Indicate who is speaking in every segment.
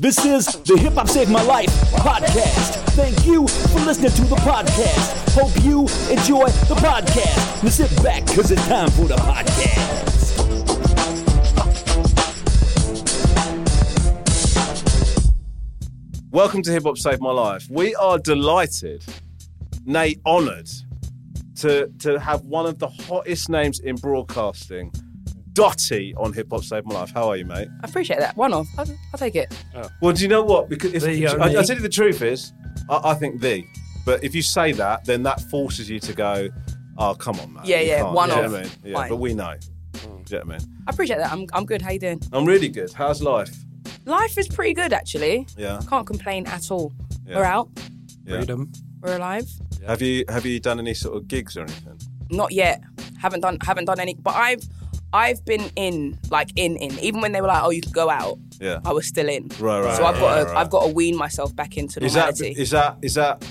Speaker 1: This is the Hip Hop Saved My Life podcast. Thank you for listening to the podcast. Hope you enjoy the podcast. Now sit back, cause it's time for the podcast.
Speaker 2: Welcome to Hip Hop Saved My Life. We are delighted, nay, honoured, to, to have one of the hottest names in broadcasting, Dottie, on Hip Hop Saved My Life. How are you, mate?
Speaker 3: I appreciate that. One off. I'll, I'll take it.
Speaker 2: Well, do you know what? Because if,
Speaker 4: The
Speaker 2: I, I
Speaker 4: only-
Speaker 2: tell you the truth is, I, I think the. But if you say that, then that forces you to go, oh, come on, man.
Speaker 3: Yeah,
Speaker 2: You
Speaker 3: yeah,
Speaker 2: can't."
Speaker 3: one
Speaker 2: You know
Speaker 3: off.
Speaker 2: what I mean? Yeah,
Speaker 3: Fine.
Speaker 2: but we know. Do you know what I mean?
Speaker 3: I appreciate that. I'm, I'm good. How you doing?
Speaker 2: I'm really good. How's life?
Speaker 3: Life is pretty good, actually.
Speaker 2: Yeah.
Speaker 3: Can't complain at all.
Speaker 2: Yeah.
Speaker 3: We're out.
Speaker 2: Yeah.
Speaker 4: freedom.
Speaker 3: We're alive.
Speaker 2: Have you have you done any sort of gigs or anything?
Speaker 3: Not yet. Haven't done. Haven't done any. But I've, I've been in, like in, in. Even when they were like, "Oh, you can go out,"
Speaker 2: Yeah.
Speaker 3: I was still in.
Speaker 2: Right, right,
Speaker 3: So I've
Speaker 2: right,
Speaker 3: got, to,
Speaker 2: right, right.
Speaker 3: I've got to wean myself back into
Speaker 2: Is that
Speaker 3: normality.
Speaker 2: is that is that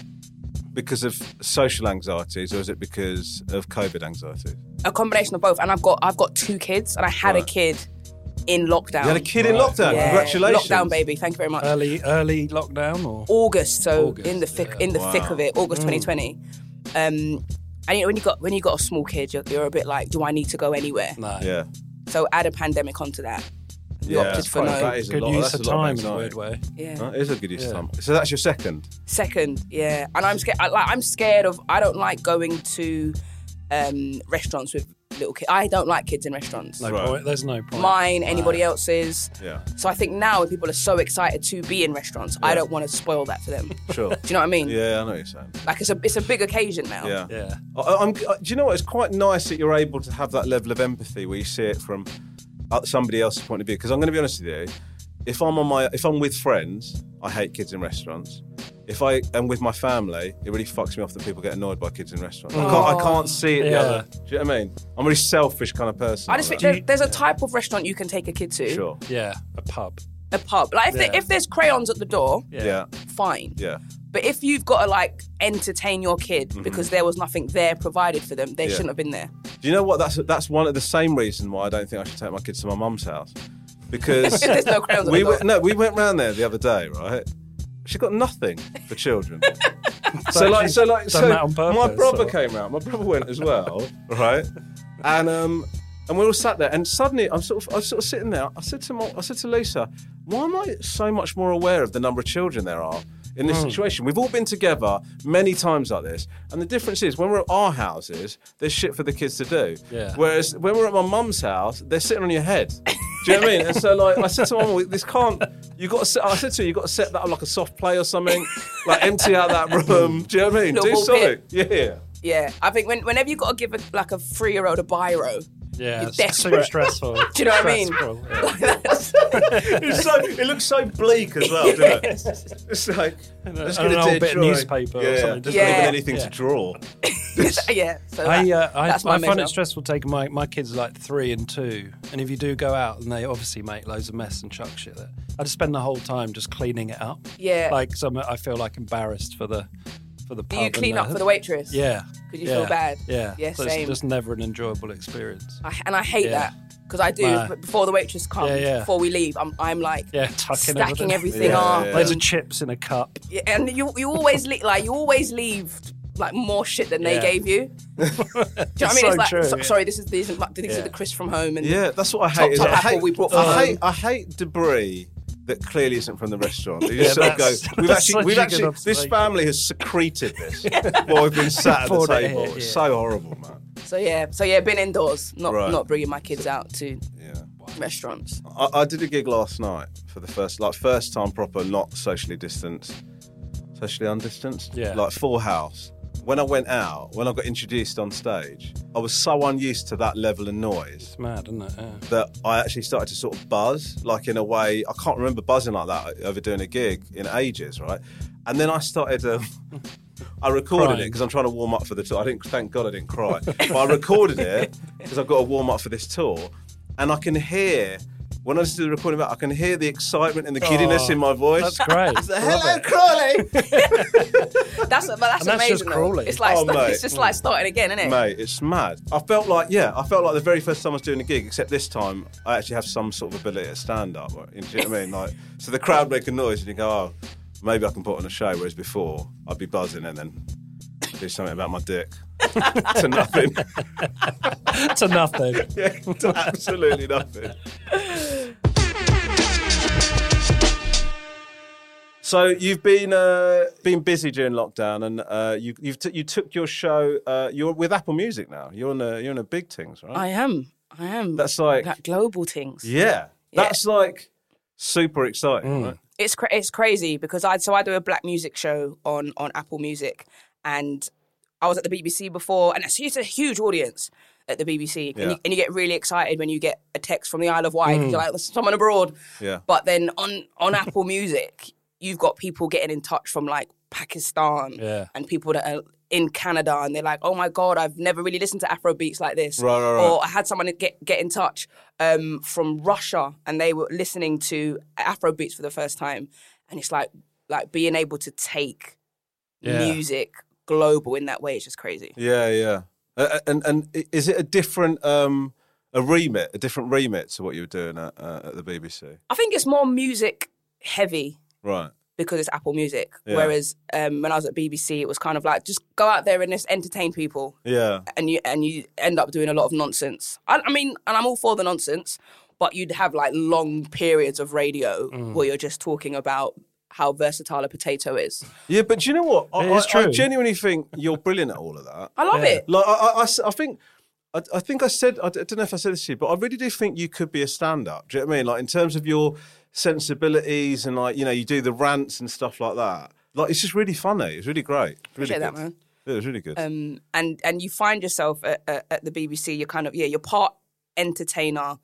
Speaker 2: because of social anxieties or is it because of COVID anxieties?
Speaker 3: a combination of both. And I've got, I've got two kids, and I had a
Speaker 2: Right.
Speaker 3: kid in lockdown.
Speaker 2: You had a kid in
Speaker 4: Right.
Speaker 2: lockdown.
Speaker 3: Yeah.
Speaker 2: Congratulations.
Speaker 3: Lockdown, baby. Thank you very much.
Speaker 4: Early, early lockdown or
Speaker 3: August, so
Speaker 4: August,
Speaker 3: in the thick
Speaker 4: yeah.
Speaker 3: in the thick of it, August 2020. Um, and you know, when you got when you got a small kid, you're, you're a bit like, do I need to go anywhere?
Speaker 4: no?
Speaker 2: Yeah.
Speaker 3: So add a pandemic onto that.
Speaker 2: Yeah.
Speaker 3: opted
Speaker 2: that's
Speaker 3: for
Speaker 2: quite-
Speaker 3: no.
Speaker 2: that is a
Speaker 4: Good
Speaker 2: lot-
Speaker 4: use
Speaker 2: that's
Speaker 4: of
Speaker 2: a lot
Speaker 4: time in a
Speaker 2: anxiety.
Speaker 4: weird way.
Speaker 3: Yeah.
Speaker 2: That is a good use of time. So that's your second.
Speaker 3: Second, yeah. And I'm scared. I- Like I'm scared of. I don't like going to um, restaurants with little kids. I don't like kids in restaurants.
Speaker 4: No
Speaker 2: Right.
Speaker 4: point. There's no point.
Speaker 3: Mine, anybody else's.
Speaker 2: Yeah.
Speaker 3: So I think now people are so excited to be in restaurants, I don't want to spoil that for them. Do
Speaker 2: Sure.
Speaker 3: you know what I mean?
Speaker 2: yeah, I know what you're saying.
Speaker 3: Like it's a it's a big occasion now.
Speaker 2: Yeah.
Speaker 4: Yeah.
Speaker 2: I, I'm, I, do you know what? It's quite nice that you're able to have that level of empathy where you see it from uh, somebody else's point of view. Because I'm going to be honest with you, if I'm on my, if I'm with friends, I hate kids in restaurants. If I am with my family, it really fucks me off that people get annoyed by kids in restaurants. I,
Speaker 3: Oh.
Speaker 2: can't, I can't see it the
Speaker 4: Yeah.
Speaker 2: other. Do you know what I mean? I'm a really selfish kind of person.
Speaker 3: I
Speaker 2: like
Speaker 3: just think
Speaker 2: that.
Speaker 3: there, there's a type of restaurant you can take a kid to.
Speaker 2: sure.
Speaker 4: Yeah. A pub.
Speaker 3: a pub. Like if, there, if there's crayons at the door,
Speaker 2: Yeah.
Speaker 3: fine.
Speaker 2: Yeah.
Speaker 3: But if you've got to like entertain your kid
Speaker 4: Mm-hmm.
Speaker 3: because there was nothing there provided for them, they shouldn't have been there.
Speaker 2: Do you know what? That's that's one of the same reason why I don't think I should take my kids to my mum's house because
Speaker 3: There's no crayons at
Speaker 2: we
Speaker 3: the door.
Speaker 2: went, no, we went round there the other day, right? She got nothing for children. so like, so like,
Speaker 4: Done
Speaker 2: so
Speaker 4: that on purpose,
Speaker 2: my brother
Speaker 4: or-
Speaker 2: came round. My brother went as well, right? And um, and we all sat there, and suddenly I'm sort of, I was sort of sitting there. I said to my, I said to Lisa, why am I so much more aware of the number of children there are? In this situation, we've all been together many times like this, and the difference is when we're at our houses, there's shit for the kids to do.
Speaker 4: Yeah.
Speaker 2: Whereas when we're at my mum's house, they're sitting on your head. Do you know what I mean? And so like I said to my mum, this can't. You got to. Set, I said to her, you got to set that up like a soft play or something. Like empty out that room. Do you know what I mean? Do
Speaker 3: Little
Speaker 2: something. Yeah.
Speaker 3: Yeah, I think when, whenever you've got to give a, like a three year old a biro,
Speaker 4: Yeah.
Speaker 3: You're
Speaker 4: it's
Speaker 3: desperate.
Speaker 4: Super stressful.
Speaker 3: do you know what I mean?
Speaker 4: Stressful, yeah.
Speaker 2: It's so, it looks so bleak as well, doesn't it? It's like let's
Speaker 4: an
Speaker 2: get a
Speaker 4: old
Speaker 2: dead
Speaker 4: bit of
Speaker 2: drawing.
Speaker 4: newspaper or
Speaker 2: Yeah.
Speaker 4: something, just
Speaker 3: Yeah.
Speaker 2: Even anything to draw.
Speaker 3: yeah, so
Speaker 4: I,
Speaker 3: that-
Speaker 4: uh, I, I
Speaker 3: that's my
Speaker 4: find
Speaker 3: measure.
Speaker 4: it stressful taking my, my kids are like three and two. And if you do go out and they obviously make loads of mess and chuck shit there, I just spend the whole time just cleaning it up.
Speaker 3: Yeah.
Speaker 4: Like some, I feel like embarrassed for the for the
Speaker 3: Do
Speaker 4: pub.
Speaker 3: you
Speaker 4: and
Speaker 3: clean up for the waitress?
Speaker 4: uh, Yeah.
Speaker 3: Could you
Speaker 4: yeah,
Speaker 3: feel bad?
Speaker 4: Yeah.
Speaker 3: Yeah,
Speaker 4: so
Speaker 3: same.
Speaker 4: It's just never an enjoyable experience.
Speaker 3: I, and I hate
Speaker 4: Yeah.
Speaker 3: that because I do.
Speaker 4: Nah.
Speaker 3: but Before the waitress comes,
Speaker 4: Yeah, yeah.
Speaker 3: before we leave, I'm, I'm like
Speaker 4: Yeah, tucking
Speaker 3: stacking everything
Speaker 2: Yeah,
Speaker 3: up.
Speaker 2: yeah.
Speaker 4: Loads of chips in a cup.
Speaker 3: Yeah, and you you always le- like you always leave like more shit than they
Speaker 4: Yeah.
Speaker 3: gave you. Do you know what I mean?
Speaker 4: so
Speaker 3: it's like
Speaker 4: true,
Speaker 3: so-
Speaker 4: yeah.
Speaker 3: sorry, this is these are, these are
Speaker 4: Yeah.
Speaker 3: the Chris from home and
Speaker 2: Yeah, that's what I hate.
Speaker 3: Top-
Speaker 2: is
Speaker 3: top
Speaker 2: I hate
Speaker 3: apple we brought from
Speaker 2: I
Speaker 3: home.
Speaker 2: hate, I hate debris that clearly isn't from the restaurant. You just
Speaker 4: Yeah,
Speaker 2: sort of go,
Speaker 4: that's-
Speaker 2: we've
Speaker 4: that's
Speaker 2: actually,
Speaker 4: such
Speaker 2: we've
Speaker 4: a good
Speaker 2: actually this
Speaker 4: observation.
Speaker 2: family has secreted this while we've been sat at the
Speaker 4: Poured it
Speaker 2: table.
Speaker 4: here,
Speaker 2: It's
Speaker 4: yeah.
Speaker 2: so horrible, man.
Speaker 3: So yeah, so yeah, been indoors, not
Speaker 2: Right.
Speaker 3: not bringing my kids out to
Speaker 2: Yeah.
Speaker 3: restaurants.
Speaker 2: I, I did a gig last night for the first like first time proper, not socially distanced, socially undistanced.
Speaker 4: Yeah.
Speaker 2: Like full house. when I went out, when I got introduced on stage, I was so unused to that level of noise
Speaker 4: It's mad, isn't it? Yeah.
Speaker 2: that I actually started to sort of buzz, like in a way I can't remember buzzing like that over doing a gig in ages, right? And then I started. Um, I recorded it
Speaker 4: Crying.
Speaker 2: because I'm trying to warm up for the tour. I didn't. Thank God I didn't cry. but I recorded it because I've got to warm up for this tour, and I can hear. When I listen to the recording back, I can hear the excitement and the giddiness in my voice.
Speaker 4: Oh, That's great.
Speaker 2: It's a,
Speaker 4: Love
Speaker 2: Hello,
Speaker 4: it."
Speaker 2: Crawley!
Speaker 3: That's but that's,
Speaker 4: And that's just
Speaker 3: amazing. though.
Speaker 4: Crawley.
Speaker 3: It's like
Speaker 2: Oh,
Speaker 3: st-
Speaker 2: mate.
Speaker 3: it's just like starting again, isn't it?
Speaker 2: Mate, it's mad. I felt like, yeah, I felt like the very first time I was doing a gig, except this time I actually have some sort of ability to stand up. right? You know what I mean? Like, so the crowd make a noise and you go, oh, maybe I can put on a show. Whereas before, I'd be buzzing and then do something about my dick to nothing.
Speaker 4: That's enough, though.
Speaker 2: yeah, to absolutely nothing. So you've been uh, been busy during lockdown, and uh, you you've t- you took your show. Uh, you're with Apple Music now. You're on a you're on a big things, right?
Speaker 3: I am. I am.
Speaker 2: That's like-
Speaker 3: that global things.
Speaker 2: Yeah, that's like super exciting. Right?
Speaker 3: It's cra- it's crazy because I so I do a black music show on on Apple Music, and I was at the BBC before, and it's, it's a huge audience at the BBC, and,
Speaker 2: Yeah. Mm.
Speaker 3: you, and you get really excited when you get a text from the Isle of Wight. 'cause You're like, "There's someone abroad.
Speaker 2: Yeah.
Speaker 3: But then on on Apple Music, you've got people getting in touch from like Pakistan
Speaker 4: Yeah.
Speaker 3: and people that are in Canada, and they're like, "Oh my god, I've never really listened to Afro beats like this."
Speaker 2: Right, right, right.
Speaker 3: Or I had someone get get in touch um, from Russia, and they were listening to Afro beats for the first time, and it's like like being able to take
Speaker 4: Yeah.
Speaker 3: music global in that way is just crazy.
Speaker 2: Yeah, yeah. Uh, and and i- is it a different um, a remit, a different remit to what you were doing at, uh, at the BBC?
Speaker 3: I think it's more music heavy
Speaker 2: Right.
Speaker 3: because it's Apple Music,
Speaker 2: Yeah.
Speaker 3: whereas um, when I was at BBC, it was kind of like just go out there and just entertain people,
Speaker 2: Yeah.
Speaker 3: and you and you end up doing a lot of nonsense. I, I mean, and I'm all for the nonsense, but you'd have like long periods of radio where you're just talking about how versatile a potato is.
Speaker 2: Yeah, but do you know what? I,
Speaker 4: It is
Speaker 2: I, I
Speaker 4: true.
Speaker 2: genuinely think you're brilliant at all of that.
Speaker 3: I love it.
Speaker 2: Like, I, I- I s- I think, I, I think I said, I d- I don't know if I said this to you, but I really do think you could be a stand-up. Do you know what I mean? Like in terms of your sensibilities and like you know, you do the rants and stuff like that. Like it's just really funny. It's really great. It's Really
Speaker 3: Appreciate that,
Speaker 2: good.
Speaker 3: man.
Speaker 2: Yeah, it's really good.
Speaker 3: um, and and you find yourself at, at, at the BBC. You're kind of yeah, you're part entertainer,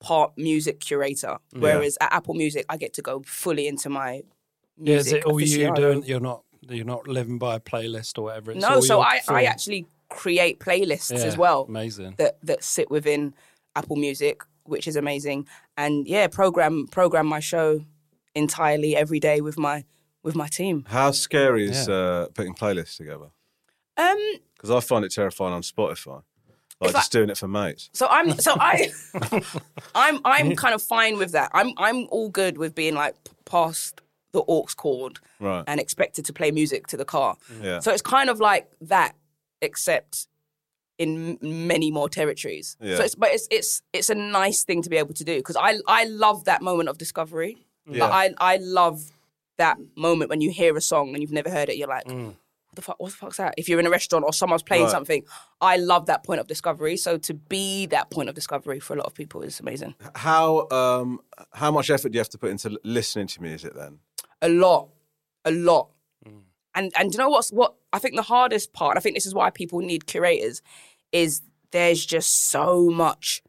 Speaker 3: part music curator. Whereas at Apple Music, I get to go fully into my
Speaker 4: Yeah, is
Speaker 3: music
Speaker 4: it all you
Speaker 3: aficionado.
Speaker 4: doing? You're not you're not living by a playlist or whatever. It's
Speaker 3: No,
Speaker 4: all
Speaker 3: so
Speaker 4: your
Speaker 3: I, I
Speaker 4: full-
Speaker 3: actually create playlists as
Speaker 4: Yeah,
Speaker 3: well.
Speaker 4: Amazing.
Speaker 3: that that sit within Apple Music, which is amazing. And yeah, program program my show entirely every day with my with my team.
Speaker 2: How scary is uh, putting playlists together?
Speaker 3: Um,
Speaker 2: Because I find it terrifying on Spotify. Like
Speaker 3: If I-
Speaker 2: just doing it for mates.
Speaker 3: So I'm so I I'm I'm kind of fine with that. I'm I'm all good with being like p- past the aux chord
Speaker 2: Right. Mm.
Speaker 3: and expected to play music to the car.
Speaker 2: Yeah.
Speaker 3: So it's kind of like that except in m- many more territories.
Speaker 2: Yeah.
Speaker 3: So it's but it's it's it's a nice thing to be able to do cuz I I love that moment of discovery.
Speaker 2: Yeah.
Speaker 3: Like, I I love that moment when you hear a song and you've never heard it you're like what the fuck what the fuck's that? If you're in a restaurant or someone's playing
Speaker 2: Right.
Speaker 3: something, I love that point of discovery. So to be that point of discovery for a lot of people is amazing.
Speaker 2: How um, how much effort do you have to put into l- listening to music then?
Speaker 3: A lot. A lot. And and do you know what's what I think the hardest part, and I think this is why people need curators, is there's just so much.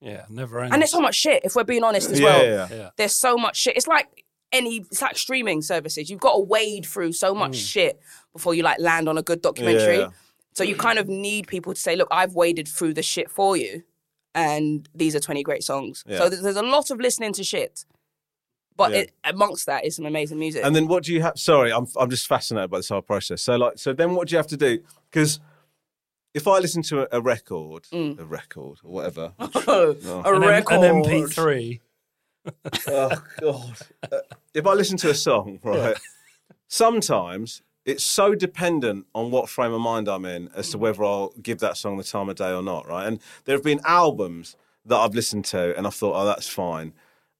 Speaker 4: Yeah, never ends.
Speaker 3: And there's so much shit, if we're being honest as
Speaker 2: Yeah,
Speaker 3: well.
Speaker 2: yeah, yeah.
Speaker 3: There's so much shit. It's like any it's like streaming services. You've got to wade through so much shit before you like land on a good documentary.
Speaker 2: Yeah.
Speaker 3: So you kind of need people to say, look, I've waded through the shit for you, and these are 20 great songs.
Speaker 2: Yeah.
Speaker 3: So th- there's a lot of listening to shit. But
Speaker 2: Yeah.
Speaker 3: it, amongst that is some amazing music.
Speaker 2: And then what do you have? Sorry, I'm I'm just fascinated by this whole process. So like, so then what do you have to do? Because if I listen to a, a record, a record or whatever,
Speaker 3: Oh, a
Speaker 4: an, M-
Speaker 3: record.
Speaker 4: an MP3.
Speaker 2: oh god, Uh, if I listen to a song, right, sometimes it's so dependent on what frame of mind I'm in as to whether I'll give that song the time of day or not, right? And there have been albums that I've listened to and I've thought, oh, that's fine.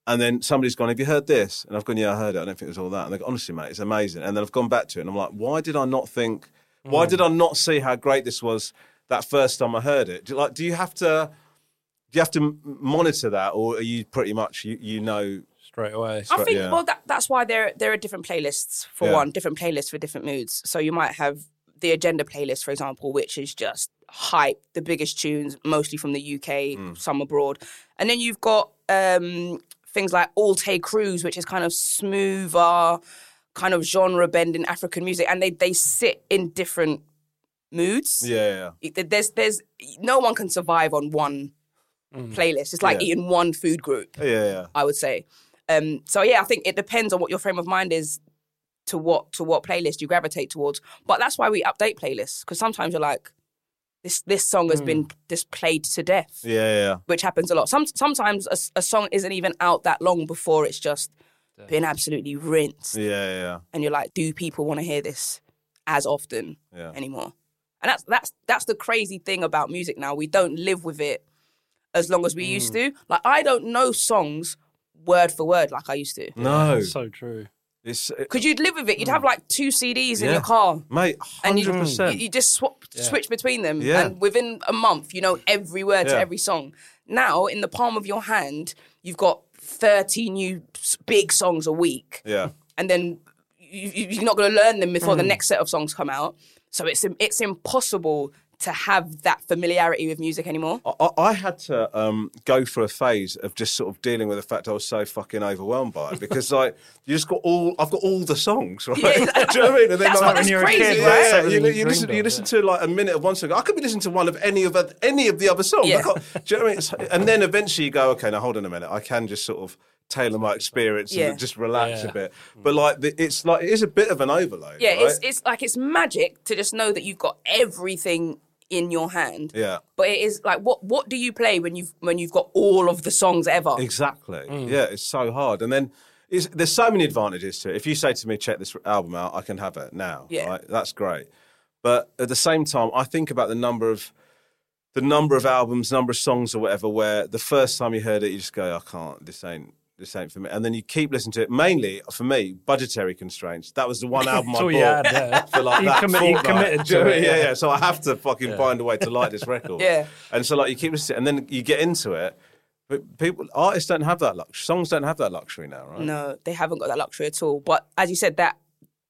Speaker 2: And then somebody's gone, Have you heard this? And I've gone, Yeah, I heard it. I don't think it was all that. And they go, Honestly, mate, it's amazing. And then I've gone back to it and I'm like, Why did I not think, why did I not see how great this was that first time I heard it? Do, like, do you have to, do you have to m- monitor that or are you pretty much, you, you know,
Speaker 4: Straight away.
Speaker 3: I think
Speaker 2: yeah.
Speaker 3: well that, that's why there there are different playlists for
Speaker 2: Yeah.
Speaker 3: one, different playlists for different moods. So you might have the agenda playlist, for example, which is just hype, the biggest tunes, mostly from the UK,
Speaker 2: Mm.
Speaker 3: some abroad. And then you've got um, things like All Tay Cruise, which is kind of smoother, kind of genre bending African music. And they, they sit in different moods.
Speaker 2: Yeah, yeah.
Speaker 3: It- There's, there's, no one can survive on one playlist. It's like
Speaker 2: Yeah.
Speaker 3: eating one food group.
Speaker 2: Yeah, yeah, yeah.
Speaker 3: I would say. Um, so yeah, I think it depends on what your frame of mind is to what to what playlist you gravitate towards. But that's why we update playlists because sometimes you're like, this this song has been just played to death,
Speaker 2: Yeah, yeah, yeah.
Speaker 3: which happens a lot. Some sometimes a, s- a song isn't even out that long before it's just been absolutely rinsed,
Speaker 2: Yeah, yeah, yeah.
Speaker 3: and you're like, do people want to hear this as often
Speaker 2: Yeah.
Speaker 3: anymore? And that's that's that's the crazy thing about music now. We don't live with it as long as we used
Speaker 2: Mm.
Speaker 3: to. Like I don't know songs word for word like I used to.
Speaker 2: No,
Speaker 4: So true.
Speaker 2: it's
Speaker 3: Because you'd live with it. You'd have like two CDs in
Speaker 2: Mm. Yeah.
Speaker 3: your car.
Speaker 2: mate,
Speaker 3: And you,
Speaker 2: hundred percent.
Speaker 3: you just swap, switch between them.
Speaker 2: Yeah.
Speaker 3: And within a month, you know every word to
Speaker 2: Yeah.
Speaker 3: every song. Now, in the palm of your hand, you've got 30 new s- big songs a week.
Speaker 2: Yeah,
Speaker 3: And then you, you- you're not going to learn them before the
Speaker 2: Mm.
Speaker 3: next set of songs come out. So it's, im- it's impossible to have that familiarity with music anymore.
Speaker 2: I- I, I had to um, go through a phase of just sort of dealing with the fact I was so fucking overwhelmed by it because like you just got all I've got all the songs right.
Speaker 3: Yeah.
Speaker 2: Do you know what I mean? And like,
Speaker 3: That's what- that's
Speaker 2: you-
Speaker 3: crazy,
Speaker 2: yeah,
Speaker 3: right?
Speaker 2: yeah,
Speaker 4: Something
Speaker 2: You,
Speaker 4: you
Speaker 2: you listen,
Speaker 4: dreamed
Speaker 2: you
Speaker 4: of,
Speaker 2: listen to like a minute of one song. I could be listening to one of any of the, any of the other songs. I
Speaker 3: Yeah.
Speaker 2: can't- do you know what I mean? It's- and then eventually you go, okay, now hold on a minute. I can just sort of tailor my experience
Speaker 3: Yeah.
Speaker 2: and just relax
Speaker 4: Yeah.
Speaker 2: a bit. But like the, it's like it is a bit of an overload.
Speaker 3: Yeah,
Speaker 2: right?
Speaker 3: it's it's like it's magic to just know that you've got everything in your hand.
Speaker 2: Yeah.
Speaker 3: But it is like what what do you play when you've when you've got all of the songs ever?
Speaker 2: Exactly.
Speaker 4: Mm.
Speaker 2: Yeah, it's so hard. And then it's, there's so many advantages to it. If you say to me, check this album out, I can have it now.
Speaker 3: Yeah.
Speaker 2: right? That's great. But at the same time, I think about the number of the number of albums, number of songs or whatever, where the first time you heard it, you just go, I can't, this ain't this ain't for me. And then you keep listening to it. Mainly for me, budgetary constraints. That was the one album I
Speaker 4: all
Speaker 2: bought.
Speaker 4: you had, yeah.
Speaker 2: For like
Speaker 4: You
Speaker 2: that
Speaker 4: commi- you
Speaker 2: fortnight.
Speaker 4: committed
Speaker 2: Do you
Speaker 4: to
Speaker 2: know
Speaker 4: it,
Speaker 2: what I mean? Yeah,
Speaker 4: yeah.
Speaker 2: yeah. So I have to fucking find a way to like this record.
Speaker 3: Yeah.
Speaker 2: And so like you keep listening, and then you get into it. But people, artists don't have that luxury. Songs don't have that luxury now, right?
Speaker 3: No, they haven't got that luxury at all. But as you said, that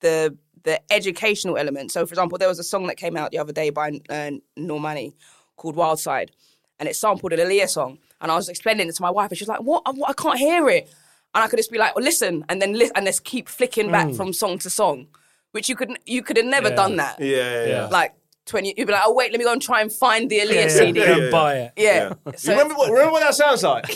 Speaker 3: the the educational element. So, for example, there was a song that came out the other day by uh, Normani called Wild Side, and it sampled an Aaliyah song. And I was explaining it to my wife, and she's like, "What? I, what? I can't hear it." And I could just be like, well, "Listen," and then li- and just keep flicking back from song to song, which you could you could have never done that.
Speaker 2: Yeah, yeah. yeah.
Speaker 3: Like twenty, you'd be like, "Oh wait, let me go and try and find the Aaliyah CD."
Speaker 4: Go and buy it.
Speaker 3: Yeah. So-
Speaker 2: you remember, what, remember what that sounds like?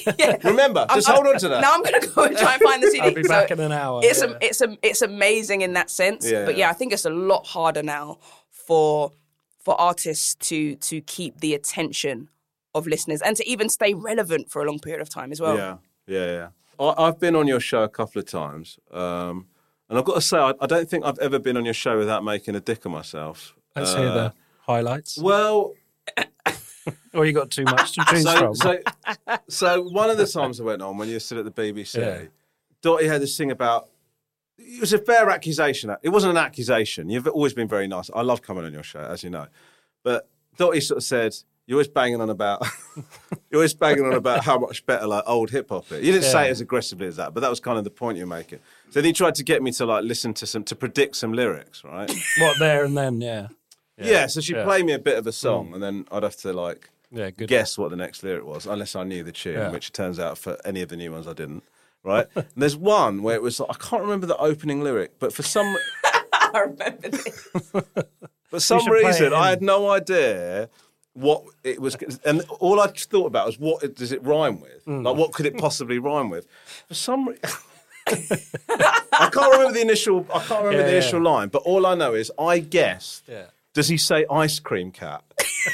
Speaker 2: Remember, just
Speaker 3: I'm-
Speaker 2: hold on to that.
Speaker 3: Now I'm going to go and try and find the CD.
Speaker 4: I'll be back in an hour,
Speaker 3: It's
Speaker 4: yeah.
Speaker 3: a, it's a, it's amazing in that sense.
Speaker 2: Yeah.
Speaker 3: But yeah, I think it's a lot harder now for for artists to to keep the attention of listeners and to even stay relevant for a long period of time as well.
Speaker 2: Yeah, yeah, yeah. I, I've been on your show a couple of times, um, and I've got to say, I, I don't think I've ever been on your show without making a dick of myself. Uh,
Speaker 4: Let's hear the highlights.
Speaker 2: Well,
Speaker 4: Or you got too much to choose
Speaker 2: so,
Speaker 4: from.
Speaker 2: so, so one of the times I went on when you stood at the BBC,
Speaker 4: Yeah.
Speaker 2: Dottie had this thing about. It was a fair accusation. It wasn't an accusation. You've always been very nice. I love coming on your show, as you know. But Dottie sort of said, "You're always banging on about, you're always banging on about how much better like old hip hop is." You didn't say it as aggressively as that, but that was kind of the point you're making. So then he tried to get me to like listen to some to predict some lyrics, right?
Speaker 4: what there and then, yeah.
Speaker 2: Yeah, so she'd
Speaker 4: yeah. Mm.
Speaker 2: play me a bit of a song, and then I'd have to like
Speaker 4: Yeah, good.
Speaker 2: guess what the next lyric was, unless I knew the tune,
Speaker 4: Yeah.
Speaker 2: which it turns out for any of the new ones I didn't. Right? and there's one where it was like, I can't remember the opening lyric, but for some
Speaker 3: I remember this.
Speaker 2: for some
Speaker 4: should play it
Speaker 2: reason I
Speaker 4: in.
Speaker 2: had no idea what it was, and all I thought about was what it- does it rhyme with?
Speaker 4: Mm.
Speaker 2: Like what could it possibly rhyme with? For some reason. I can't remember the initial. I can't remember
Speaker 4: Yeah,
Speaker 2: the
Speaker 4: yeah.
Speaker 2: initial line, but all I know is I guessed.
Speaker 4: Yeah.
Speaker 2: Does he say ice cream cat?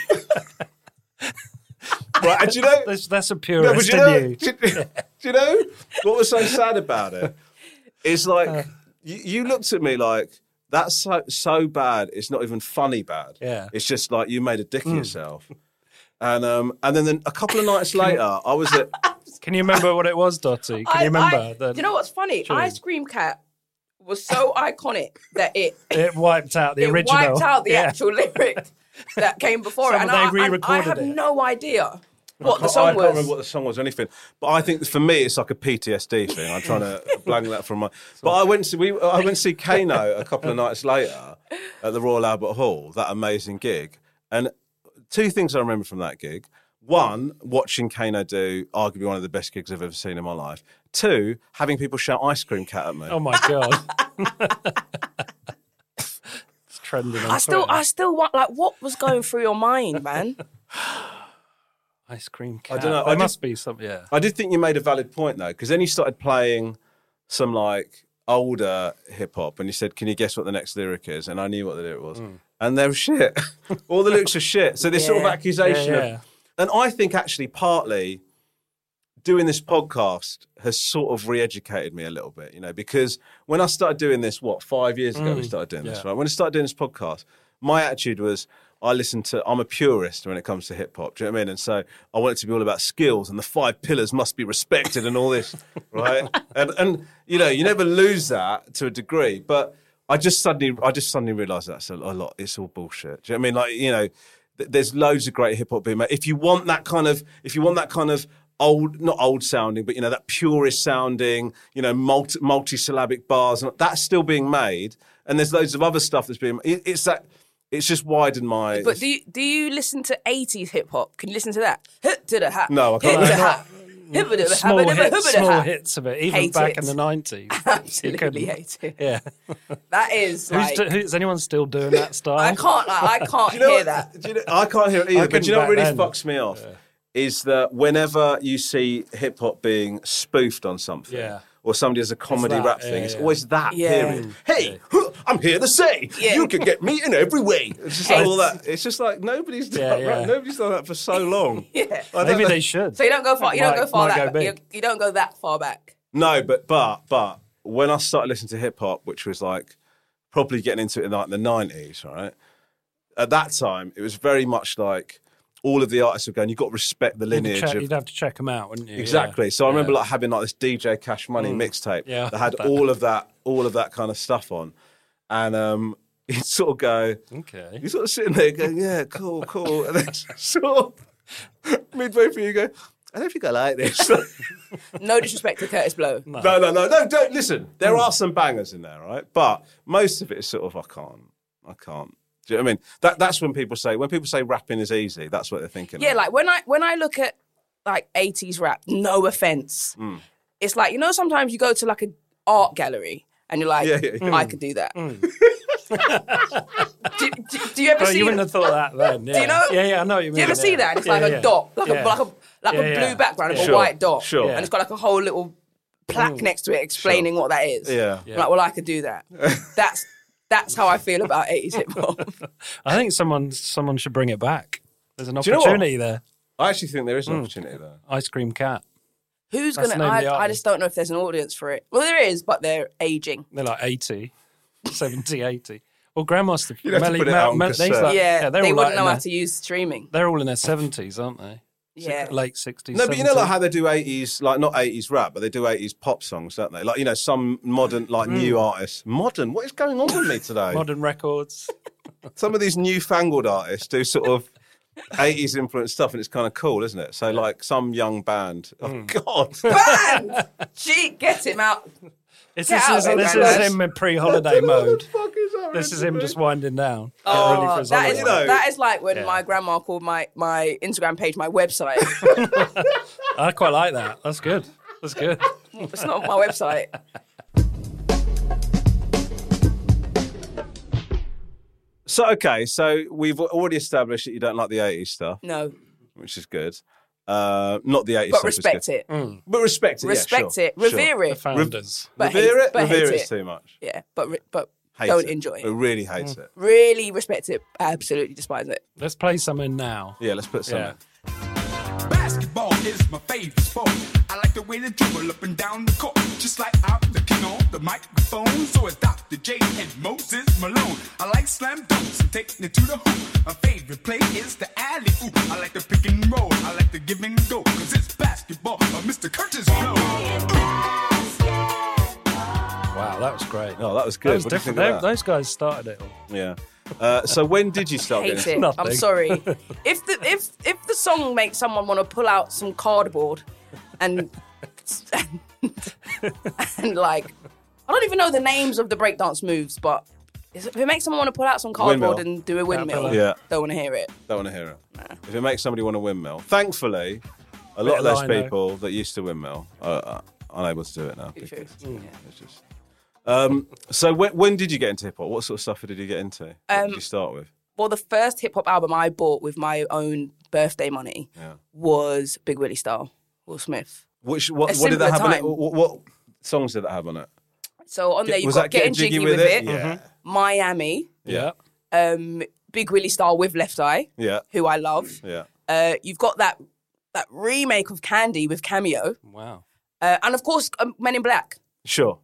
Speaker 2: right, and do you know?
Speaker 4: That's, that's a
Speaker 2: No, but
Speaker 4: purist
Speaker 2: do you know,
Speaker 4: in you.
Speaker 2: do you- do you know what was so sad about it? It's like
Speaker 4: Uh.
Speaker 2: you, you looked at me like that's so so bad. It's not even funny bad.
Speaker 4: Yeah. Hmm.
Speaker 2: it's just like you made a dick of yourself. And um, and then, then a couple of nights later, I was at
Speaker 4: Can you remember what it was, Dotty? Can
Speaker 3: I-
Speaker 4: you remember?
Speaker 3: I-
Speaker 4: the-
Speaker 3: do you know what's funny? Ice Cream Cat was so iconic that it
Speaker 4: It wiped out the
Speaker 3: it
Speaker 4: original.
Speaker 3: wiped out the
Speaker 4: Yeah.
Speaker 3: actual lyric that came before
Speaker 4: Some
Speaker 3: it. And
Speaker 4: of they
Speaker 3: I, and I
Speaker 4: re-recorded
Speaker 3: have
Speaker 4: it.
Speaker 3: no idea what
Speaker 2: I
Speaker 3: the
Speaker 2: can't- I
Speaker 3: song
Speaker 2: can't remember what
Speaker 3: was.
Speaker 2: the song was or anything. But I think for me, it's like a PTSD thing. I'm trying to blank that from my. But I went to we I went to see Kano a couple of nights later at the Royal Albert Hall. That amazing gig. And two things I remember from that gig: one, watching Kano do arguably one of the best gigs I've ever seen in my life. Two, having people shout "ice cream cat" at me.
Speaker 4: Oh my god. it's trending. On
Speaker 3: I still,
Speaker 4: Twitter.
Speaker 3: I still want. Like, what was going through your mind, man?
Speaker 4: ice cream.
Speaker 2: I
Speaker 4: Cat.
Speaker 2: don't know.
Speaker 4: There
Speaker 2: I
Speaker 4: must
Speaker 2: just-
Speaker 4: be some. Yeah.
Speaker 2: I did think you made a valid point though, because then you started playing some like older hip hop, and you said, "Can you guess what the next lyric is?" And I knew what the lyric was, and they were shit. All the lyrics are shit. So this sort of
Speaker 3: Yeah.
Speaker 2: accusation
Speaker 4: Mm. Yeah, yeah.
Speaker 2: of, and I think actually partly doing this podcast has sort of re-educated me a little bit, you know, because when I started doing this, what five years ago we started doing this,
Speaker 4: Yeah.
Speaker 2: right? When I started doing this podcast, my attitude was I listen to I'm a purist when it comes to hip hop. Do you know what I mean? And so I want it to be all about skills and the five pillars must be respected and all this, right? and and you know, you never lose that to a degree, but I just suddenly I just suddenly realised that's a, a lot. It's all bullshit. Do you know what I mean? Like, you know, th- there's loads of great hip hop being made. If you want that kind of if you want that kind of old, not old sounding, but you know that purist sounding, you know multi multi-syllabic bars, and that's still being made. And there's loads of other stuff that's being. It, it's that. It's just widened my.
Speaker 3: But do you, do you listen to 80s hip hop? Can you listen to that? Hip to the hat.
Speaker 2: No, I can't.
Speaker 3: Hip to
Speaker 2: No,
Speaker 3: hat. Hip to the hat.
Speaker 4: Small,
Speaker 3: Hip to the
Speaker 4: hits, small
Speaker 3: hat.
Speaker 4: hits of it, even
Speaker 3: Hate
Speaker 4: back
Speaker 3: it.
Speaker 4: in the nineties.
Speaker 3: Absolutely hate it.
Speaker 4: Yeah.
Speaker 3: That is
Speaker 4: Who's
Speaker 3: like,
Speaker 4: do- who, is anyone still doing that style?
Speaker 3: I can't. Like, I can't
Speaker 2: you know
Speaker 3: hear
Speaker 2: what-
Speaker 3: that.
Speaker 2: do you know- I can't hear it either. But
Speaker 4: couldn't
Speaker 2: do you know what
Speaker 4: back
Speaker 2: really
Speaker 4: then.
Speaker 2: fucks me off is that whenever you see hip hop being spoofed on something.
Speaker 4: Yeah.
Speaker 2: Or somebody has a comedy
Speaker 4: that,
Speaker 2: rap thing.
Speaker 4: yeah, Mm.
Speaker 2: it's
Speaker 4: yeah.
Speaker 2: always that
Speaker 3: Yeah.
Speaker 2: period. Hey, huh, I'm here to say
Speaker 3: Yeah.
Speaker 2: you can get me in every way. It's just like all
Speaker 3: Yes.
Speaker 2: that. It's just like nobody's done
Speaker 4: Yeah,
Speaker 2: that.
Speaker 4: yeah.
Speaker 2: Nobody's done that for so long.
Speaker 3: Yeah.
Speaker 2: I don't
Speaker 4: Maybe
Speaker 2: know.
Speaker 4: they should.
Speaker 3: So you don't go far. You don't
Speaker 4: Might-
Speaker 3: go far
Speaker 4: might
Speaker 3: that.
Speaker 4: go
Speaker 3: you,
Speaker 4: big.
Speaker 3: you don't go that far back.
Speaker 2: No, but but but when I started listening to hip hop, which was like probably getting into it in like the nineties, right? At that time, it was very much like all of the artists were going. You've got to respect the
Speaker 4: You'd
Speaker 2: lineage
Speaker 4: check-
Speaker 2: of
Speaker 4: you'd have to check them out, wouldn't you? Yeah. Mm.
Speaker 2: Exactly. So I remember like having like this DJ Cash Money mixtape
Speaker 4: Yeah,
Speaker 2: that had
Speaker 4: that.
Speaker 2: all of that, all of that kind of stuff on, and um, you sort of go,
Speaker 4: Okay.
Speaker 2: you sort of sitting there going, yeah, cool, cool, and then sort of midway through you go, I don't think I like this.
Speaker 3: No disrespect to Curtis Blow.
Speaker 2: No, no, no, no. Don't listen. There are some bangers in there, right? But most of it is sort of I can't, I can't. Do you know what I mean? That that's when people say when people say rapping is easy. That's what they're thinking.
Speaker 3: Yeah,
Speaker 2: of.
Speaker 3: like when I when I look at like 80s rap, no offense.
Speaker 2: Mm.
Speaker 3: It's like, you know, sometimes you go to like a art gallery and you're like,
Speaker 2: Yeah, yeah, yeah.
Speaker 3: I could do that. do, do, do you ever
Speaker 4: Oh,
Speaker 3: see
Speaker 4: Mm. you wouldn't have thought that then. Yeah.
Speaker 3: Do you know?
Speaker 4: Yeah, yeah, I know what you mean.
Speaker 3: Do you ever
Speaker 4: yeah.
Speaker 3: see that? And it's
Speaker 4: Yeah,
Speaker 3: like a
Speaker 4: yeah.
Speaker 3: dot, like
Speaker 4: Yeah.
Speaker 3: a like a like
Speaker 4: Yeah,
Speaker 3: a
Speaker 4: yeah.
Speaker 3: blue background, like
Speaker 2: Sure,
Speaker 3: a white dot,
Speaker 2: sure.
Speaker 3: and it's got like a whole little plaque
Speaker 4: Mm.
Speaker 3: next to it explaining what that is.
Speaker 2: Yeah.
Speaker 3: I'm like, well, I could do that. that's that's how I feel about 80s hip hop.
Speaker 4: I think someone someone should bring it back. There's an
Speaker 2: you know what?
Speaker 4: opportunity there.
Speaker 2: I actually think there is an opportunity there.
Speaker 4: Ice cream cat.
Speaker 3: Who's
Speaker 4: That's
Speaker 3: gonna?
Speaker 4: the name of
Speaker 3: I,
Speaker 4: the
Speaker 3: I
Speaker 4: artist.
Speaker 3: just don't know if there's an audience for it. Well, there is, but they're aging.
Speaker 4: They're like 80, 70, 80. Well, grandma's the
Speaker 2: You'd have to
Speaker 4: Melly-
Speaker 2: put it
Speaker 4: Mel-
Speaker 2: out on
Speaker 4: Mel-
Speaker 2: cassette.
Speaker 4: they's like-
Speaker 3: yeah,
Speaker 4: yeah, they're
Speaker 3: they
Speaker 4: all
Speaker 3: wouldn't
Speaker 4: like
Speaker 3: know
Speaker 4: in
Speaker 3: how
Speaker 4: their-
Speaker 3: to use streaming.
Speaker 4: They're all in their seventies, aren't they? Si-
Speaker 3: Yeah.
Speaker 4: late sixties.
Speaker 2: No, but you know like how they do eighties, like not eighties rap, but they do eighties pop songs, don't they? Like you know, some modern, like new artists. Modern. What is going on with me today?
Speaker 4: modern records.
Speaker 2: Some of these newfangled artists do sort of eighties influenced stuff, and it's kind of cool, isn't it? So like some young band. Oh God.
Speaker 3: Banned! Gee, get him out.
Speaker 4: It's,
Speaker 3: Get
Speaker 4: this
Speaker 3: out
Speaker 4: is,
Speaker 3: of
Speaker 4: this
Speaker 3: here,
Speaker 4: is
Speaker 3: guys.
Speaker 4: him in pre-holiday mode.
Speaker 2: fuck is that
Speaker 4: This is
Speaker 2: meant
Speaker 4: him
Speaker 2: to
Speaker 4: just
Speaker 2: be?
Speaker 4: winding down. Get ready for
Speaker 3: Oh,
Speaker 4: his
Speaker 3: that is
Speaker 4: holiday.
Speaker 2: holiday.
Speaker 3: that is like when
Speaker 4: Yeah.
Speaker 3: my grandma called my my Instagram page my website.
Speaker 4: I quite like that. That's good. That's good.
Speaker 3: it's not my website.
Speaker 2: So okay, so we've already established that you don't like the eighties stuff,
Speaker 3: No,
Speaker 2: which is good. Uh, not the eighties,
Speaker 3: but respect it.
Speaker 4: Mm.
Speaker 2: But respect it. yeah,
Speaker 3: Respect
Speaker 2: sure,
Speaker 3: it. Revere
Speaker 2: sure.
Speaker 4: The
Speaker 3: it.
Speaker 4: founders.
Speaker 3: But
Speaker 2: Revere
Speaker 3: hate,
Speaker 2: it.
Speaker 3: But
Speaker 2: revere
Speaker 3: hate
Speaker 2: is
Speaker 3: it.
Speaker 2: too much.
Speaker 3: Yeah, but re- but
Speaker 2: Hate
Speaker 3: don't
Speaker 2: it.
Speaker 3: enjoy
Speaker 2: I
Speaker 4: Oh.
Speaker 3: it.
Speaker 2: really hate
Speaker 4: Hmm.
Speaker 2: it.
Speaker 3: Really respect it. Absolutely despise it.
Speaker 4: Let's play something now.
Speaker 2: Yeah, let's put some.
Speaker 4: Yeah.
Speaker 5: Basketball is my favorite sport. I like the way they dribble up and down the court. Just like I'm the king on the microphone. So it's Dr. J and Moses Malone. I like slam dunks and taking it to the hoop. My favorite play is the alley oop. I like the pick and roll. I like the give and go. Cause it's basketball. Or Mr. Curtis Blow.
Speaker 4: Wow, that was great.
Speaker 2: Oh, that was good.
Speaker 4: That was
Speaker 2: What do you
Speaker 4: different.
Speaker 2: think of
Speaker 4: They-
Speaker 2: Oh, that?
Speaker 4: Those guys started it all.
Speaker 2: Yeah. Uh, so when did you start
Speaker 3: hate
Speaker 2: getting
Speaker 3: it.
Speaker 4: Nothing.
Speaker 3: I'm sorry. If the if if the song makes someone want to pull out some cardboard and and, and, like I don't even know the names of the breakdance moves, but is- if it makes someone want to pull out some cardboard
Speaker 2: Windmill.
Speaker 3: and do a windmill,
Speaker 2: Yeah.
Speaker 3: don't want to hear it.
Speaker 2: Don't want to hear it. If it makes somebody want to windmill, thankfully, a lot
Speaker 4: of
Speaker 2: less
Speaker 4: lino.
Speaker 2: people that used to windmill are, are unable to do it now.
Speaker 3: True. Yeah.
Speaker 2: It's just- Um, so when, when did you get into hip hop? What sort of stuff did you get into? What
Speaker 3: Um,
Speaker 2: did you start with?
Speaker 3: Well, the first hip hop album I bought with my own birthday money was Big Willie Star, Will Smith.
Speaker 2: Which what,
Speaker 3: A
Speaker 2: what did
Speaker 3: simpler
Speaker 2: that have on it?
Speaker 3: time.
Speaker 2: What, what songs did that have on it?
Speaker 3: So on there, you've
Speaker 2: was
Speaker 3: got
Speaker 2: that
Speaker 3: Getting Jiggy, with, It,
Speaker 2: Yeah.
Speaker 4: Mm-hmm.
Speaker 3: Miami,
Speaker 4: Yeah.
Speaker 3: um, Big Willie Star with Left Eye,
Speaker 2: Yeah.
Speaker 3: who I love.
Speaker 2: Yeah.
Speaker 3: Uh, you've got that that remake of Candy with Cameo,
Speaker 4: Wow.
Speaker 3: uh, and of course um, Men in Black.
Speaker 2: Sure.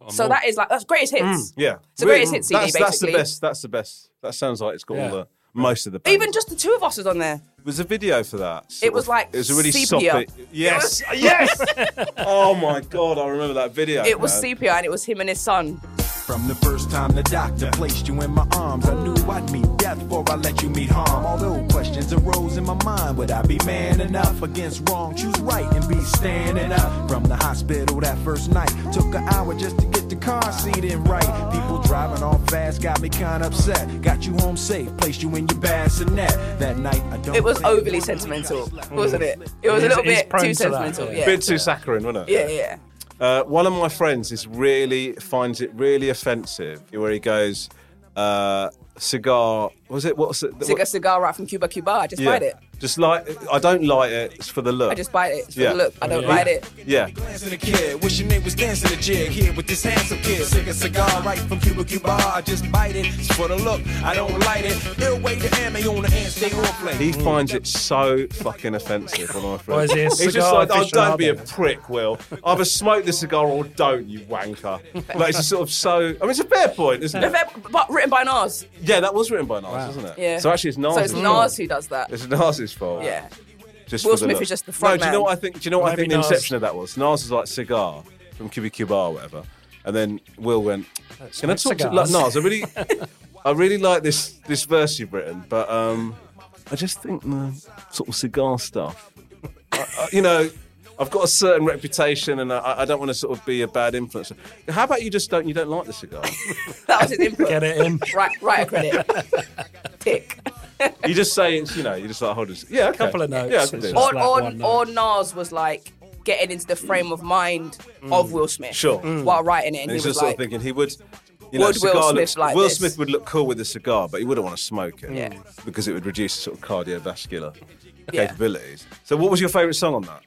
Speaker 4: Oh,
Speaker 3: so that is like that's greatest
Speaker 4: Mm,
Speaker 3: hits.
Speaker 2: Yeah.
Speaker 3: It's the greatest hit CD,
Speaker 2: That's, that's the
Speaker 3: basically.
Speaker 2: best. That's the best. That sounds like it's got
Speaker 4: Yeah.
Speaker 2: all the most of the.
Speaker 3: Even
Speaker 2: bangers.
Speaker 3: just the two of us was on there.
Speaker 2: There was a video for that. sort
Speaker 3: It was
Speaker 2: of-
Speaker 3: like
Speaker 2: it was a really
Speaker 3: sepia.
Speaker 2: soppy. Yes, yes. oh my god, I remember that video.
Speaker 3: It was
Speaker 2: man.
Speaker 3: sepia, and it was him and his son.
Speaker 5: From the first time the doctor placed you in my arms, I knew I'd meet death before I let you meet harm. Although questions arose in my mind, would I be man enough against wrong? Choose right and be standing up. From the hospital that first night, took an hour just to get the car seat in right. People driving off fast got me kind of upset. Got you home safe, placed you in your bassinet. That night I don't.
Speaker 3: It was
Speaker 5: think-
Speaker 3: overly sentimental, wasn't it? It was a
Speaker 4: Mm. He's-
Speaker 3: little
Speaker 4: he's
Speaker 3: bit
Speaker 4: prone
Speaker 3: too
Speaker 4: to that,
Speaker 3: sentimental.
Speaker 4: yeah.
Speaker 3: Yeah.
Speaker 2: bit too saccharine, wasn't it?
Speaker 3: yeah, yeah.
Speaker 2: Uh, one of my friends is really finds it really offensive where he goes, uh, cigar. Was it what's it?
Speaker 3: Cigar, cigar, right from Cuba, Cuba. I just bite it.
Speaker 2: Just light. it. I don't light it. It's for the look.
Speaker 3: I just bite it. It's for
Speaker 2: Yeah.
Speaker 3: the look. I don't
Speaker 4: Yeah.
Speaker 3: bite it.
Speaker 2: Yeah.
Speaker 5: Dancing a kid, wishing they was dancing a jig here with this handsome kid. Sick a cigar right from Cuba Cuba. I just bite it, it's for the look. I don't light it. They'll wait to hand me on the hand, stay on play.
Speaker 2: He finds it so fucking offensive. One of my friends.
Speaker 4: Why is he a
Speaker 2: He's just
Speaker 4: cigar
Speaker 2: like, oh,
Speaker 4: aficionado?
Speaker 2: don't be a prick, Will. Either smoke the cigar or don't, you wanker. Like, it's sort of so. I mean, it's a fair point, isn't
Speaker 3: If
Speaker 2: it?
Speaker 3: it- But written by Nas.
Speaker 2: Yeah, that was written by Nas, wasn't it?
Speaker 3: Yeah.
Speaker 2: So actually, it's Nas.
Speaker 3: So it's Nas who does that.
Speaker 2: It's Nas's fault.
Speaker 3: Yeah.
Speaker 2: Just
Speaker 3: Will
Speaker 2: for the
Speaker 3: Smith
Speaker 2: look.
Speaker 3: is just the front
Speaker 2: No, do you know
Speaker 3: man.
Speaker 2: what I think? Do you know what I
Speaker 4: Maybe
Speaker 2: think the
Speaker 4: Nas-
Speaker 2: inception of that was? Nas was like cigar from Cuba Cuba or whatever, and then Will went. Can I talk
Speaker 4: smoke
Speaker 2: to like,
Speaker 4: cigars."
Speaker 2: Nas? I really, I really like this this verse you've written, but um, I just think the sort of cigar stuff. I, I, you know, I've got a certain reputation, and I, I don't want to sort of be a bad influencer. How about you just don't? You don't like the cigar.
Speaker 3: That was his input.
Speaker 4: Get it
Speaker 2: Oh,
Speaker 4: in.
Speaker 3: Right, right. A credit. Tick.
Speaker 2: you just say it's you know. You just like hold it. Yeah, okay.
Speaker 4: Couple of notes.
Speaker 2: Yeah, I can do that.
Speaker 4: It's
Speaker 3: or,
Speaker 4: just- like
Speaker 3: or,
Speaker 4: one
Speaker 3: or Nas was like getting into the frame of mind of Will Smith
Speaker 2: Sure. Mm.
Speaker 3: while writing it,
Speaker 2: And
Speaker 3: and, he
Speaker 2: he's
Speaker 3: was
Speaker 2: just
Speaker 3: like,
Speaker 2: sort of thinking he would. You know,
Speaker 3: Would Will
Speaker 2: cigar
Speaker 3: Smith
Speaker 2: looks-
Speaker 3: like
Speaker 2: Will
Speaker 3: this?
Speaker 2: Smith would look cool with a cigar, but he wouldn't want to smoke it
Speaker 3: Yeah.
Speaker 2: because it would reduce his sort of cardiovascular
Speaker 3: Yeah.
Speaker 2: capabilities. So, what was your favourite song on that?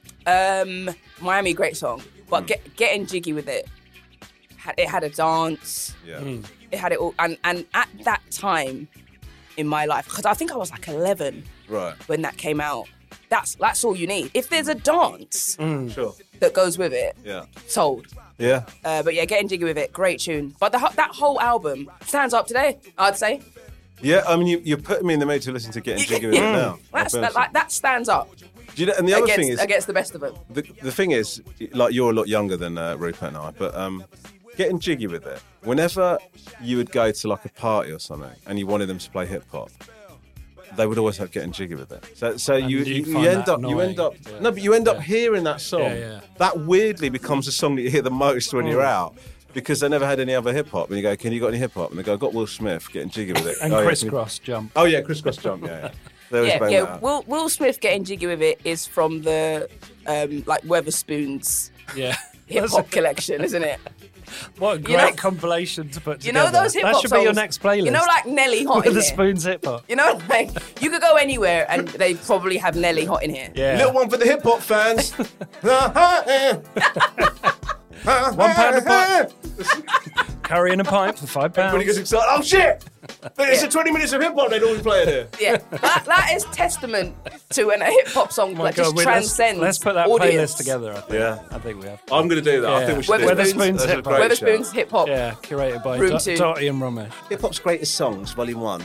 Speaker 3: um, "Miami, great song,
Speaker 2: Mm.
Speaker 3: but get, getting jiggy with it. Had- It had a dance.
Speaker 2: Yeah,
Speaker 3: It had it all. And and at that time in my life, because I think I was like 11
Speaker 2: right,
Speaker 3: when that came out. That's that's all you need. If there's a dance
Speaker 2: sure,
Speaker 3: that goes with it,
Speaker 2: Mm. yeah,
Speaker 3: sold.
Speaker 2: yeah.
Speaker 3: Uh, but yeah, getting jiggy with it, great tune. But the, ho- that whole album stands up today. I'd say.
Speaker 2: Yeah, I mean, you, you're putting me in the mood to listen to Getting Jiggy with It now.
Speaker 3: Hmm. That's,
Speaker 2: I'll be
Speaker 3: that,
Speaker 2: honest
Speaker 3: like, that stands up
Speaker 2: with you. Do you know, and the other
Speaker 3: against,
Speaker 2: thing is,
Speaker 3: against the best of them.
Speaker 2: the, the thing is, like you're a lot younger than uh, Rupert and I, but um, getting jiggy with it. Whenever you would go to like a party or something, and you wanted them to play hip hop, they would always have getting jiggy with it. So, so you
Speaker 4: you'd
Speaker 2: you, you
Speaker 4: find
Speaker 2: end
Speaker 4: that
Speaker 2: up you end up
Speaker 4: annoying. Yeah.
Speaker 2: no, but you end up hearing that song.
Speaker 4: Yeah, Mm. yeah.
Speaker 2: That weirdly becomes the song that you hear the most when you're out. Because they never had any other hip hop, and you go, "Can you got any hip hop?" And they go, "I got Will Smith getting jiggy with it."
Speaker 4: And
Speaker 2: oh, yeah, can you-"
Speaker 4: crisscross jump.
Speaker 2: Oh yeah, crisscross jump. Yeah, yeah. They always
Speaker 3: Yeah,
Speaker 2: bang that
Speaker 3: yeah.
Speaker 2: out.
Speaker 3: Will Will Smith getting jiggy with it is from the um, like Weatherspoons
Speaker 4: Yeah.
Speaker 3: hip
Speaker 4: That's-
Speaker 3: hop collection, isn't it?
Speaker 4: What a great
Speaker 3: You know-
Speaker 4: compilation to put
Speaker 3: You
Speaker 4: together.
Speaker 3: know those hip hop
Speaker 4: That should be your
Speaker 3: songs?
Speaker 4: next playlist.
Speaker 3: You know, like Nelly hot in
Speaker 4: with the
Speaker 3: here.
Speaker 4: spoons hip hop.
Speaker 3: You know, like you could go anywhere and they probably have Nelly hot in here.
Speaker 4: Yeah.
Speaker 2: Little one for the hip hop fans. one
Speaker 4: pound a pint. Curry and a pint for five
Speaker 2: Everybody gets
Speaker 4: pounds.
Speaker 2: excited. Oh shit! But it's
Speaker 3: Yeah.
Speaker 2: the 20 minutes of hip hop they'd always play there.
Speaker 3: Yeah. That, that is testament to an, a hip hop song
Speaker 4: Oh my
Speaker 3: that
Speaker 4: God,
Speaker 3: just
Speaker 4: we- let's-
Speaker 3: transcends.
Speaker 4: Let's, put that
Speaker 3: audience.
Speaker 4: playlist together. I think.
Speaker 2: Yeah.
Speaker 4: I think we have.
Speaker 2: I'm gonna do that. I
Speaker 4: Yeah.
Speaker 2: think we should do that.
Speaker 4: Weatherspoons
Speaker 2: That's a
Speaker 4: hip hop.
Speaker 2: great shout.
Speaker 3: Weatherspoons hip hop.
Speaker 4: Yeah, curated by
Speaker 3: Room
Speaker 4: Do-
Speaker 3: two.
Speaker 4: Dottie and Romesh.
Speaker 2: Hip hop's greatest songs, volume one.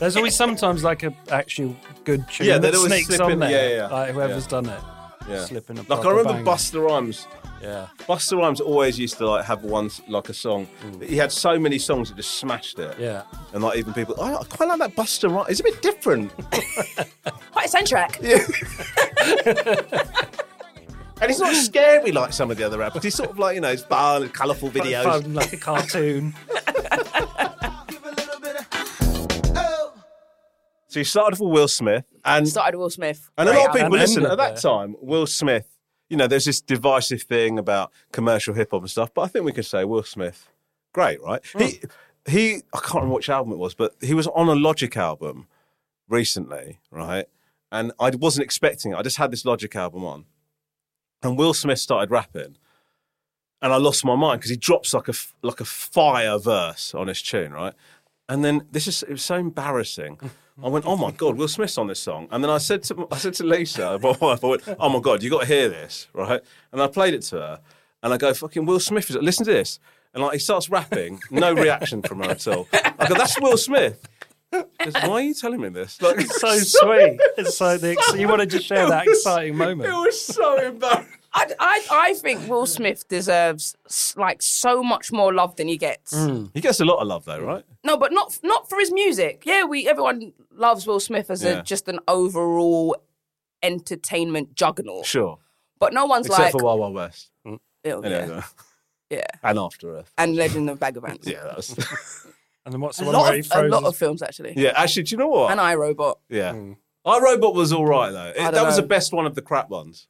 Speaker 4: There's always sometimes like a actual good tune
Speaker 2: Yeah,
Speaker 4: that
Speaker 2: they'd always
Speaker 4: sneaks
Speaker 2: slip
Speaker 4: on
Speaker 2: in-
Speaker 4: there.
Speaker 2: yeah, yeah, yeah.
Speaker 4: Like whoever's
Speaker 2: Yeah.
Speaker 4: done it.
Speaker 2: Yeah.
Speaker 4: slipping a
Speaker 2: like I
Speaker 4: proper
Speaker 2: remember
Speaker 4: banger.
Speaker 2: Buster Rhymes.
Speaker 4: Yeah.
Speaker 2: Buster Rhymes always used to like have one like a song. He had so many songs that just smashed it.
Speaker 4: Mm. Yeah.
Speaker 2: And like even people, oh, I quite like that Buster Rhymes. It's a bit different,
Speaker 3: Quite eccentric.
Speaker 2: and it's not scary like some of the other rappers. He's sort of like you know, it's fun and colourful
Speaker 4: Like
Speaker 2: videos.
Speaker 4: fun, like a cartoon.
Speaker 2: So you started off with Will Smith, and
Speaker 3: Started Will Smith.
Speaker 2: and a lot
Speaker 3: Great
Speaker 2: of
Speaker 3: album.
Speaker 2: people
Speaker 4: And
Speaker 2: listen
Speaker 4: ended
Speaker 2: at that
Speaker 4: there.
Speaker 2: time. Will Smith, you know, there's this divisive thing about commercial hip hop and stuff, but I think we can say Will Smith, great, right?
Speaker 4: Hmm.
Speaker 2: He he, I can't remember which album it was, but he was on a Logic album recently, right? And I wasn't expecting it. I just had this Logic album on, and Will Smith started rapping, and I lost my mind because he drops like a f- like a fire verse on his tune, right? And then this is it was so embarrassing. I went, oh my god, Will Smith's on this song. And then I said to I said to Lisa, my wife, I went, oh my god, you got to hear this, right? And I played it to her, and I go, fucking Will Smith is listen to this, and like he starts rapping, no reaction from her at all. I go, that's Will Smith. She goes, Why are you telling me this? Like,
Speaker 4: It's so sweet. It's so the ex- you want to just share that exciting
Speaker 2: It
Speaker 4: moment.
Speaker 2: was so embarrassing.
Speaker 3: I, I, I think Will Smith deserves s- like so much more love than he gets.
Speaker 2: He gets a lot of love though, right?
Speaker 3: No, but not not for his music. Yeah, we everyone loves Will Smith as
Speaker 2: Yeah.
Speaker 3: a just an overall entertainment juggernaut.
Speaker 2: Sure.
Speaker 3: But no one's
Speaker 2: Except
Speaker 3: like
Speaker 2: for Wild Wild West.
Speaker 3: Oh, yeah,
Speaker 2: Anyway,
Speaker 3: yeah.
Speaker 2: And After Earth.
Speaker 3: and Legend of Bag of Ants.
Speaker 2: Yeah, that was.
Speaker 4: And then what's
Speaker 3: a
Speaker 4: the one
Speaker 3: lot
Speaker 4: where he
Speaker 3: of a
Speaker 4: throws?
Speaker 3: lot
Speaker 4: his-
Speaker 3: of films actually.
Speaker 2: yeah, actually, do you know what?
Speaker 3: And I Robot.
Speaker 2: Yeah. Our robot was all right though. It-
Speaker 3: don't
Speaker 2: that was
Speaker 3: know.
Speaker 2: the best one of the crap ones.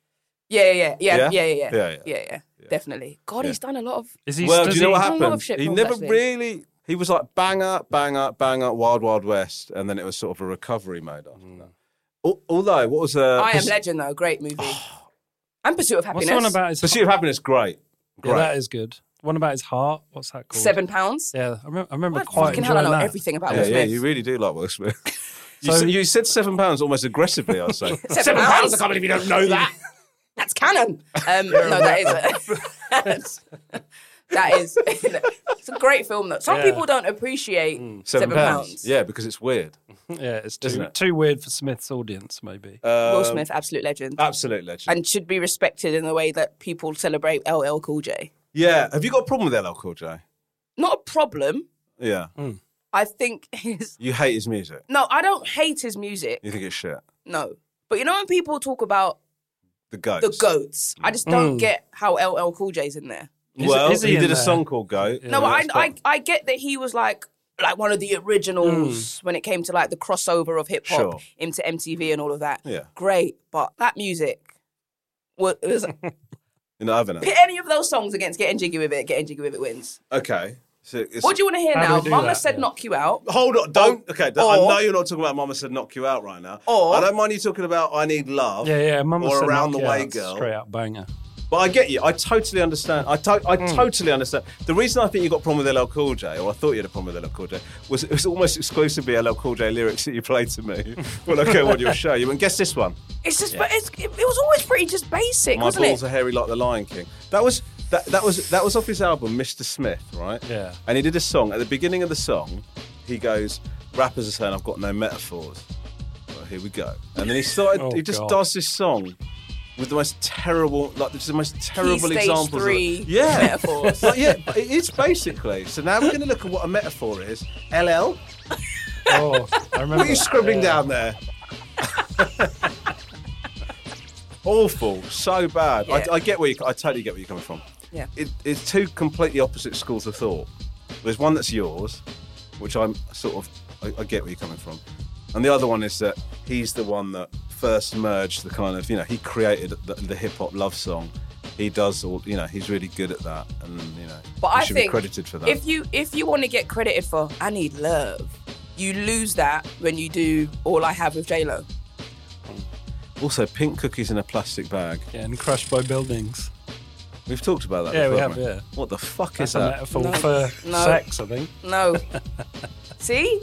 Speaker 3: Yeah, yeah, yeah, yeah,
Speaker 2: Yeah?
Speaker 3: yeah, yeah,
Speaker 2: Yeah,
Speaker 3: yeah,
Speaker 2: yeah.
Speaker 3: yeah, Definitely. God, he's done a lot of.
Speaker 4: Is he?
Speaker 2: well, do
Speaker 4: does
Speaker 2: you know
Speaker 4: he-
Speaker 2: what
Speaker 3: done a lot
Speaker 2: happened?
Speaker 3: of shit
Speaker 2: He
Speaker 3: films,
Speaker 2: never
Speaker 3: actually.
Speaker 2: really. He was like banger, banger, banger, Wild Wild West, and then it was sort of a recovery mode after
Speaker 3: Hmm.
Speaker 2: that. Al- Although, what was uh, Oh.
Speaker 3: I Am
Speaker 2: Purs-
Speaker 3: Legend though, great movie. and Pursuit of
Speaker 4: What's
Speaker 3: Happiness.
Speaker 4: the one about his?
Speaker 2: Pursuit of Happiness? Great,
Speaker 4: Yeah,
Speaker 2: great.
Speaker 4: that is good. One about his heart. What's that called?
Speaker 3: Seven Pounds?
Speaker 4: Yeah, I remember, I remember
Speaker 3: What
Speaker 4: quite
Speaker 3: fucking hell! I
Speaker 4: enjoying
Speaker 3: know
Speaker 4: that.
Speaker 3: everything about
Speaker 2: yeah,
Speaker 3: Will
Speaker 2: yeah,
Speaker 3: Smith.
Speaker 2: you really do like Will Smith. you,
Speaker 4: So-
Speaker 2: said, you said seven pounds almost aggressively. I'd say
Speaker 3: Seven, pounds. I can't believe you don't know that. That's canon. Um, no, that is. that is. It's a great film though. Some
Speaker 4: Yeah.
Speaker 3: people don't appreciate Seven, pounds.
Speaker 2: Mm. Yeah, because it's weird.
Speaker 4: Yeah, it's
Speaker 2: Isn't
Speaker 4: too,
Speaker 2: it? Uh,
Speaker 4: too weird for Smith's audience, maybe.
Speaker 3: Will Smith, absolute legend,
Speaker 2: Absolute legend.
Speaker 3: and should be respected in the way that people celebrate LL Cool J.
Speaker 2: yeah, have you got a problem with LL Cool J?
Speaker 3: Not a problem.
Speaker 2: Yeah,
Speaker 3: Hmm. I think his.
Speaker 2: you hate his music.
Speaker 3: No, I don't hate his music.
Speaker 2: You think it's shit.
Speaker 3: No, but you know when people talk about
Speaker 2: The goat.
Speaker 3: the goats, I just don't get how LL Cool J's in there.
Speaker 4: Is-
Speaker 2: Well,
Speaker 4: is
Speaker 2: he,
Speaker 4: he in
Speaker 2: did a
Speaker 4: there?
Speaker 2: song called Goat.
Speaker 3: No, but I, I I get that he was like like one of the originals when it came to like the crossover of hip hop
Speaker 2: Mm. Sure.
Speaker 3: into MTV and all of that.
Speaker 2: Yeah.
Speaker 3: great, but that music wa- was pit
Speaker 2: in the oven.
Speaker 3: any of those songs against getting jiggy with it. Getting jiggy with it wins.
Speaker 2: Okay. So it's,
Speaker 3: What do you want to hear
Speaker 4: How do
Speaker 3: now?
Speaker 4: we do
Speaker 3: Mama
Speaker 4: that?
Speaker 3: said
Speaker 4: Yeah.
Speaker 3: knock you out.
Speaker 2: Hold on, don't. Okay, don't- I
Speaker 3: Or-
Speaker 2: know you're not talking about Mama Said Knock You Out right now.
Speaker 3: Or-
Speaker 2: I don't mind you talking about I Need Love
Speaker 4: yeah, yeah, Mama
Speaker 2: or
Speaker 4: said
Speaker 2: Around
Speaker 4: knock
Speaker 2: the
Speaker 4: you
Speaker 2: Way
Speaker 4: out,
Speaker 2: Girl.
Speaker 4: Straight up banger.
Speaker 2: But I get you. I totally understand. I, to- I
Speaker 3: Hmm.
Speaker 2: totally understand. The reason I think you got a problem with LL Cool J, or I thought you had a problem with LL Cool J, was it was almost exclusively LL Cool J lyrics that you played to me when I came on your show. You went, guess this one.
Speaker 3: It's just but it's, it, it was always pretty just basic,
Speaker 2: My
Speaker 3: wasn't
Speaker 2: balls
Speaker 3: it?
Speaker 2: are hairy like the Lion King. That was that, that was that was off his album, Mr. Smith, right?
Speaker 4: Yeah.
Speaker 2: And he did a song. At the beginning of the song, he goes, "Rappers are saying I've got no metaphors." Well, here we go. And then he started.
Speaker 4: Oh,
Speaker 2: he just
Speaker 4: God.
Speaker 2: does this song with the most terrible, like just the most
Speaker 3: Key
Speaker 2: terrible
Speaker 3: stage
Speaker 2: examples. of-
Speaker 3: three
Speaker 2: yeah.
Speaker 3: metaphors.
Speaker 2: But yeah, but it is basically. So now we're going to look at what a metaphor is. LL,
Speaker 4: Oh, I
Speaker 2: what
Speaker 4: remember.
Speaker 2: are you
Speaker 4: that,
Speaker 2: scribbling
Speaker 4: yeah.
Speaker 2: down there? Awful, so bad.
Speaker 3: Yeah.
Speaker 2: I, I get where you, I totally get where you're coming from.
Speaker 3: Yeah.
Speaker 2: it, it's two completely opposite schools of thought. There's one that's yours, which I'm sort of I, I get where you're coming from, and the other one is that he's the one that first merged the kind of you know he created the, the hip hop love song. He does all you know. He's really good at that, and you know
Speaker 3: But
Speaker 2: he
Speaker 3: I
Speaker 2: should
Speaker 3: think
Speaker 2: be credited for that.
Speaker 3: if you if you want to get credited for I need love, you lose that when you do All I Have with J Lo.
Speaker 2: also, pink cookies in a plastic bag.
Speaker 4: Yeah, and crushed by buildings.
Speaker 2: We've talked about that.
Speaker 4: Yeah, we
Speaker 2: before,
Speaker 4: have,
Speaker 2: haven't
Speaker 4: yeah.
Speaker 2: What the fuck
Speaker 4: That's
Speaker 2: is
Speaker 4: a
Speaker 2: that?
Speaker 4: metaphor
Speaker 3: No.
Speaker 4: for
Speaker 3: No.
Speaker 4: sex, I think.
Speaker 3: No, see,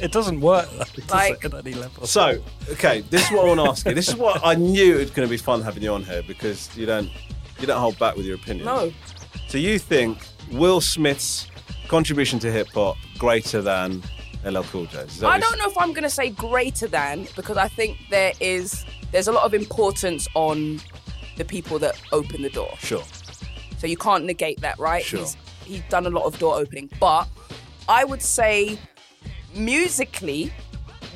Speaker 4: It doesn't work though, does
Speaker 3: Like-
Speaker 4: it, at any level.
Speaker 2: So, okay, this is what I want to ask you. This is what I knew it was going to be fun having you on here because you don't you don't hold back with your opinion.
Speaker 3: no.
Speaker 2: So you think Will Smith's contribution to hip hop greater than LL Cool J?
Speaker 3: I don't know if I'm going to say greater than because I think there is there's a lot of importance on the people that open the door.
Speaker 2: Sure.
Speaker 3: So you can't negate that, right?
Speaker 2: Sure.
Speaker 3: He's, he's done a lot of door opening. But I would say musically,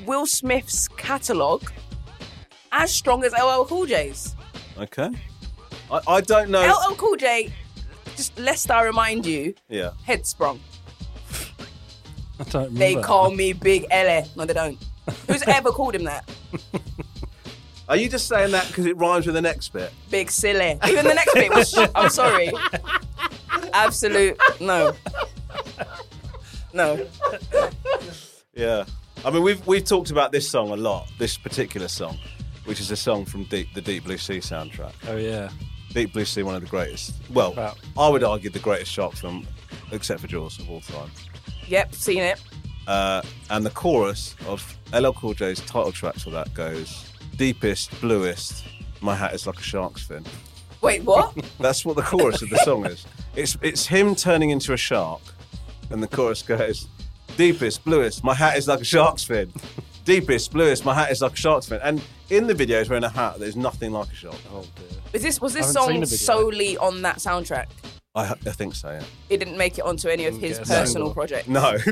Speaker 3: Will Smith's catalogue as strong as LL Cool J's.
Speaker 2: Okay. I, I don't know.
Speaker 3: LL Cool J, just lest I remind you,
Speaker 2: yeah.
Speaker 3: head sprung.
Speaker 4: I don't remember.
Speaker 3: They
Speaker 4: that.
Speaker 3: call me Big LA. No, they don't. Who's ever called him that?
Speaker 2: Are you just saying that because it rhymes with the next bit?
Speaker 3: Big silly. Even the next bit was. I'm sorry. Absolute no. No.
Speaker 2: Yeah. I mean, we've we've talked about this song a lot. This particular song, which is a song from Deep, the Deep Blue Sea soundtrack.
Speaker 4: Oh yeah.
Speaker 2: Deep Blue Sea, one of the greatest. Well,
Speaker 4: Wow.
Speaker 2: I would argue the greatest shark film, except for Jaws, of all time.
Speaker 3: Yep, seen it.
Speaker 2: Uh, and the chorus of LL Cool J's title track for that goes, "Deepest, bluest, my hat is like a shark's fin."
Speaker 3: Wait, what?
Speaker 2: That's what the chorus of the song is. It's it's him turning into a shark, and the chorus goes, "Deepest, bluest, my hat is like a shark's fin. Deepest, bluest, my hat is like a shark's fin." And in the video, he's wearing a hat that is nothing like a shark.
Speaker 3: Is this was
Speaker 4: I
Speaker 3: this
Speaker 4: haven't seen
Speaker 3: song
Speaker 4: the video.
Speaker 3: solely on that soundtrack?
Speaker 2: I, I think so. Yeah.
Speaker 3: It didn't make it onto any of his
Speaker 4: get a
Speaker 3: personal
Speaker 4: single.
Speaker 3: projects.
Speaker 2: No.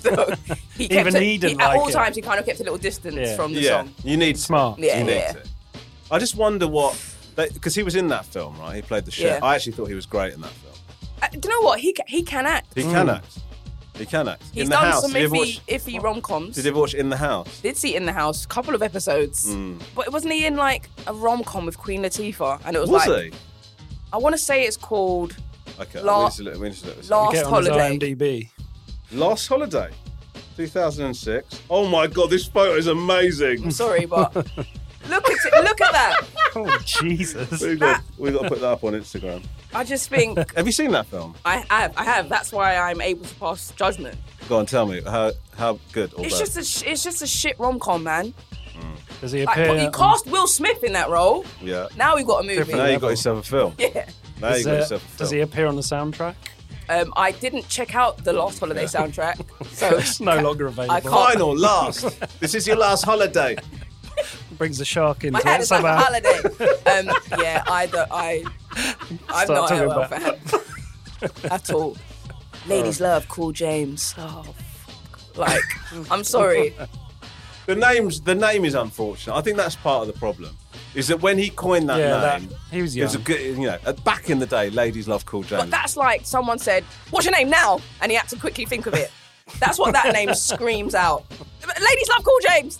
Speaker 3: So he kept
Speaker 4: Even
Speaker 3: a-
Speaker 4: he didn't
Speaker 3: at
Speaker 4: like
Speaker 3: all
Speaker 4: it.
Speaker 3: times he kind of kept a little distance
Speaker 4: Yeah.
Speaker 3: from the
Speaker 2: yeah.
Speaker 3: song.
Speaker 2: You need
Speaker 4: Smart.
Speaker 3: Yeah,
Speaker 2: You need
Speaker 3: yeah.
Speaker 2: to. I just wonder what because he was in that film, right? He played the shit.
Speaker 3: Yeah.
Speaker 2: I actually thought he was great in that film.
Speaker 3: Uh, do you know what? He ca- he can act.
Speaker 2: He
Speaker 4: Hmm.
Speaker 2: can act. He can act.
Speaker 3: He's
Speaker 2: in the
Speaker 3: done
Speaker 2: house.
Speaker 3: some
Speaker 2: did, you ever
Speaker 3: iffy
Speaker 2: watch,
Speaker 3: iffy rom coms.
Speaker 2: did you ever watch In the House?
Speaker 3: Did see it in the house, couple of episodes.
Speaker 2: Mm.
Speaker 3: But wasn't he in like a rom com with Queen Latifah? And it was,
Speaker 2: Was
Speaker 3: like
Speaker 2: he?
Speaker 3: I want to say it's called
Speaker 2: Okay,
Speaker 3: La-
Speaker 2: we need to look- we need to look this up.
Speaker 3: Last
Speaker 4: Get on his
Speaker 3: Holiday.
Speaker 4: IMDb.
Speaker 2: Last holiday, 2006. Oh my god, this photo is amazing.
Speaker 3: Sorry, but look at it, look at that.
Speaker 4: Oh Jesus.
Speaker 2: We've got, we've got to put that up on Instagram.
Speaker 3: I just think
Speaker 2: Have you seen that film?
Speaker 3: I I have I have. That's why I'm able to pass judgment.
Speaker 2: Go on, tell me how how good or
Speaker 3: It's
Speaker 2: bad?
Speaker 3: just a sh- it's just a shit rom com, man.
Speaker 4: Does he
Speaker 3: Like,
Speaker 4: appear?
Speaker 3: but you
Speaker 4: on-
Speaker 3: cast Will Smith in that role.
Speaker 2: yeah.
Speaker 3: Now we've got a
Speaker 2: now you
Speaker 3: movie.
Speaker 2: have got yourself a film.
Speaker 3: Yeah.
Speaker 2: Now you
Speaker 4: Is
Speaker 2: got
Speaker 4: there-
Speaker 2: yourself a film.
Speaker 4: does he appear on the soundtrack?
Speaker 3: Um, I didn't check out the Last Holiday soundtrack, so
Speaker 4: It's no longer available.
Speaker 3: I can't-
Speaker 2: Final, last. this is your last holiday.
Speaker 4: Brings a shark into
Speaker 3: my head
Speaker 4: it
Speaker 3: is like a
Speaker 4: somehow.
Speaker 3: holiday. Um, yeah, I don't. I I'm
Speaker 4: Start
Speaker 3: not
Speaker 4: talking
Speaker 3: a LL
Speaker 4: about- Oh.
Speaker 3: fan at all. Ladies love Cool James. Oh, fuck. like I'm sorry.
Speaker 2: The name's the name is unfortunate. I think that's part of the problem. Is that when he coined that
Speaker 4: Yeah, that-
Speaker 2: name,
Speaker 4: he was
Speaker 2: it a
Speaker 4: young.
Speaker 2: good, you know, uh, back in the day, ladies love cool James.
Speaker 3: But that's like someone said, "What's your name now?" and he had to quickly think of it. That's what that name screams out. Ladies love Cool James.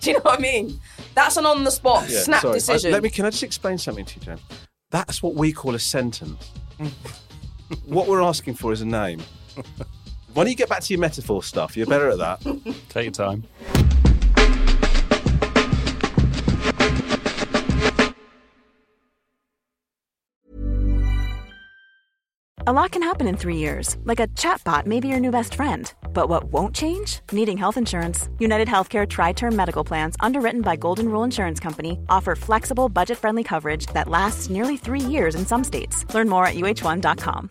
Speaker 3: Do you know what I mean? That's an on the spot
Speaker 2: Yeah,
Speaker 3: snap
Speaker 2: sorry. I-
Speaker 3: decision.
Speaker 2: let me. Can I just explain something to you, Jen? That's what we call a sentence. what we're asking for is a name. Why don't you get back to your metaphor stuff? You're better at that.
Speaker 4: Take your time.
Speaker 6: A lot can happen in three years, like a chatbot may be your new best friend. But what won't change? Needing health insurance. United Healthcare Tri Term Medical Plans, underwritten by Golden Rule Insurance Company, offer flexible, budget friendly coverage that lasts nearly three years in some states. Learn more at uh1.com.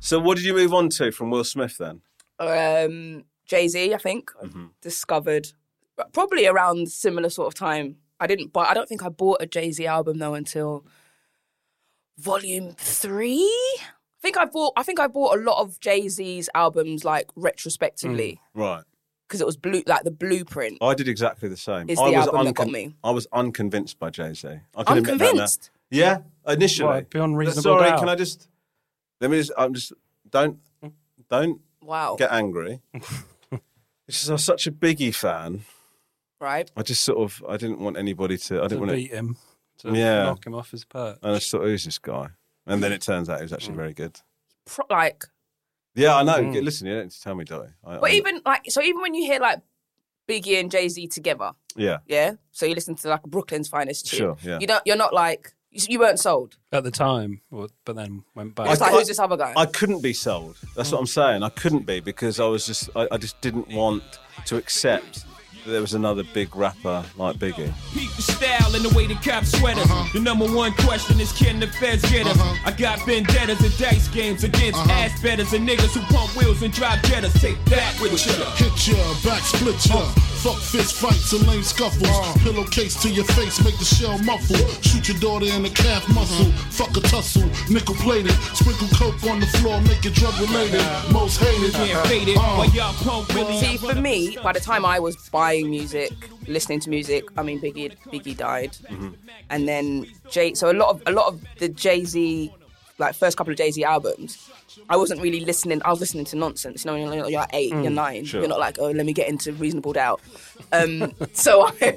Speaker 2: So, what did you move on to from Will Smith then?
Speaker 3: um, Jay Z, I think,
Speaker 2: Mm-hmm.
Speaker 3: discovered probably around similar sort of time. I didn't buy. I don't think I bought a Jay Z album though until Volume Three. I think I bought. I think I bought a lot of Jay Z's albums like retrospectively
Speaker 2: Right.
Speaker 3: because it was blue, like the blueprint.
Speaker 2: I did exactly the same.
Speaker 3: It's
Speaker 2: I
Speaker 3: the
Speaker 2: was
Speaker 3: album that got
Speaker 2: uncon-
Speaker 3: me.
Speaker 2: I was unconvinced by Jay Z.
Speaker 3: Unconvinced?
Speaker 2: Yeah, initially.
Speaker 4: What, beyond reasonable
Speaker 2: Sorry,
Speaker 4: doubt?
Speaker 2: can I just? Let me just. I'm just. Don't. Don't
Speaker 3: Wow.
Speaker 2: get angry. It's just I'm such a Biggie fan.
Speaker 3: right.
Speaker 2: I just sort of. I didn't want anybody to. I
Speaker 4: To
Speaker 2: didn't want to
Speaker 4: beat him. To
Speaker 2: Yeah.
Speaker 4: knock him off his perch. Mm.
Speaker 2: And I just thought, who's this guy? And then it turns out he was actually very good.
Speaker 3: Pro- like
Speaker 2: Yeah, I know. G- Listen, you don't need to tell me, Dolly. I,
Speaker 3: But
Speaker 2: I-
Speaker 3: even like, so even when you hear like Biggie and Jay Z together,
Speaker 2: yeah,
Speaker 3: yeah. So you listen to like Brooklyn's finest tune.
Speaker 2: Sure, yeah.
Speaker 3: You don't. You're not like you, you weren't sold.
Speaker 4: at the time, or- but then went back.
Speaker 3: It's
Speaker 2: I-
Speaker 3: like who's this other guy?
Speaker 2: I couldn't be sold. That's
Speaker 4: Mm.
Speaker 2: what I'm saying. I couldn't be because I was just, I, I just didn't want to accept that there was another big rapper like Biggie.
Speaker 5: Peep the style and the way the cops sweat us. The number one question is can the feds get us? I got vendettas and dice games against ass betters and niggas who pump wheels and drive jettas. Take that with you.
Speaker 7: Hit ya, back split ya. Fuck fist fights and lame scuffles.
Speaker 8: Uh.
Speaker 7: Pillowcase to your face, make the shell muffle. Shoot your daughter in the calf muscle.
Speaker 8: Mm-hmm.
Speaker 7: Fuck a tussle, nickel plated. Sprinkle coke on the floor, make it drug related. Most hated.
Speaker 5: Can't fade it.
Speaker 7: Uh.
Speaker 5: While y'all pump really
Speaker 3: Uh-huh. See, for me, by the time I was buying music, listening to music, I mean Biggie Biggie died, and then Jay. So a lot of a lot of the Jay Z, like first couple of Jay Z albums, I wasn't really listening. I was listening to nonsense. You know, when you're, you're like eight, you're nine. You're not like, oh, let me get into Reasonable Doubt. Um, so I,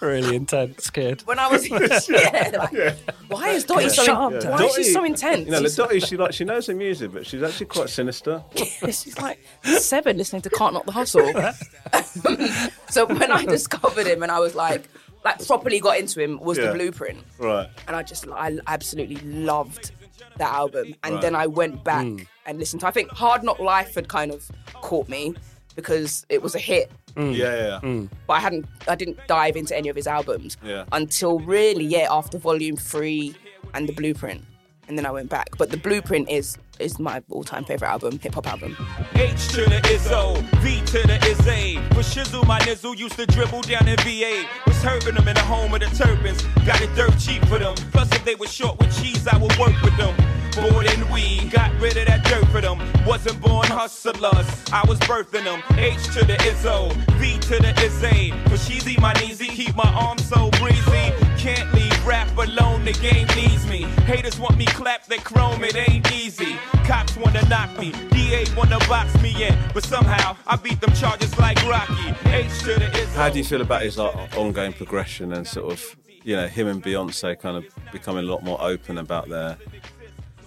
Speaker 4: really intense kid.
Speaker 3: when I was, yeah, like, why is Dottie so?
Speaker 4: Shut up,
Speaker 3: why is she so intense?
Speaker 2: You know,
Speaker 3: She's-
Speaker 2: Dottie, she like she knows her music, but she's actually quite sinister.
Speaker 3: She's like seven listening to Can't Not the Hustle. so when I discovered him and I was like, like properly got into him was
Speaker 2: Yeah.
Speaker 3: the blueprint.
Speaker 2: Right.
Speaker 3: And I just, I absolutely loved that album. And then I went back and listened to, I think Hard Knock Life had kind of caught me because it was a hit.
Speaker 2: Yeah, yeah, yeah.
Speaker 3: But I hadn't, I didn't dive into any of his albums
Speaker 2: Yeah.
Speaker 3: until really, yeah, after Volume 3 and The Blueprint. And then I went back. But The Blueprint is is my all time favourite album, hip hop album.
Speaker 5: H to the Izzo, V to the Izzy. With Shizzle, my nizzle used to dribble down in VA. Was herbing them in the home of the turbans. Got it dirt cheap for them. Plus, if they were short with cheese, I would work with them. Bored and we got rid of that dirt for them. Wasn't born hustlers, I was birthing them. H to the Izzo, V to the Izzy. For sheezy, my kneesy, keep my arms so breezy. Can't leave rap alone, the game needs me. Haters want me clapped, they chrome, it ain't easy. Cops wanna knock me, DA wanna box me in. But somehow, I beat them charges like Rocky. H to the Izzo.
Speaker 2: How do you feel about his like ongoing progression and sort of you know him and Beyonce kind of becoming a lot more open about their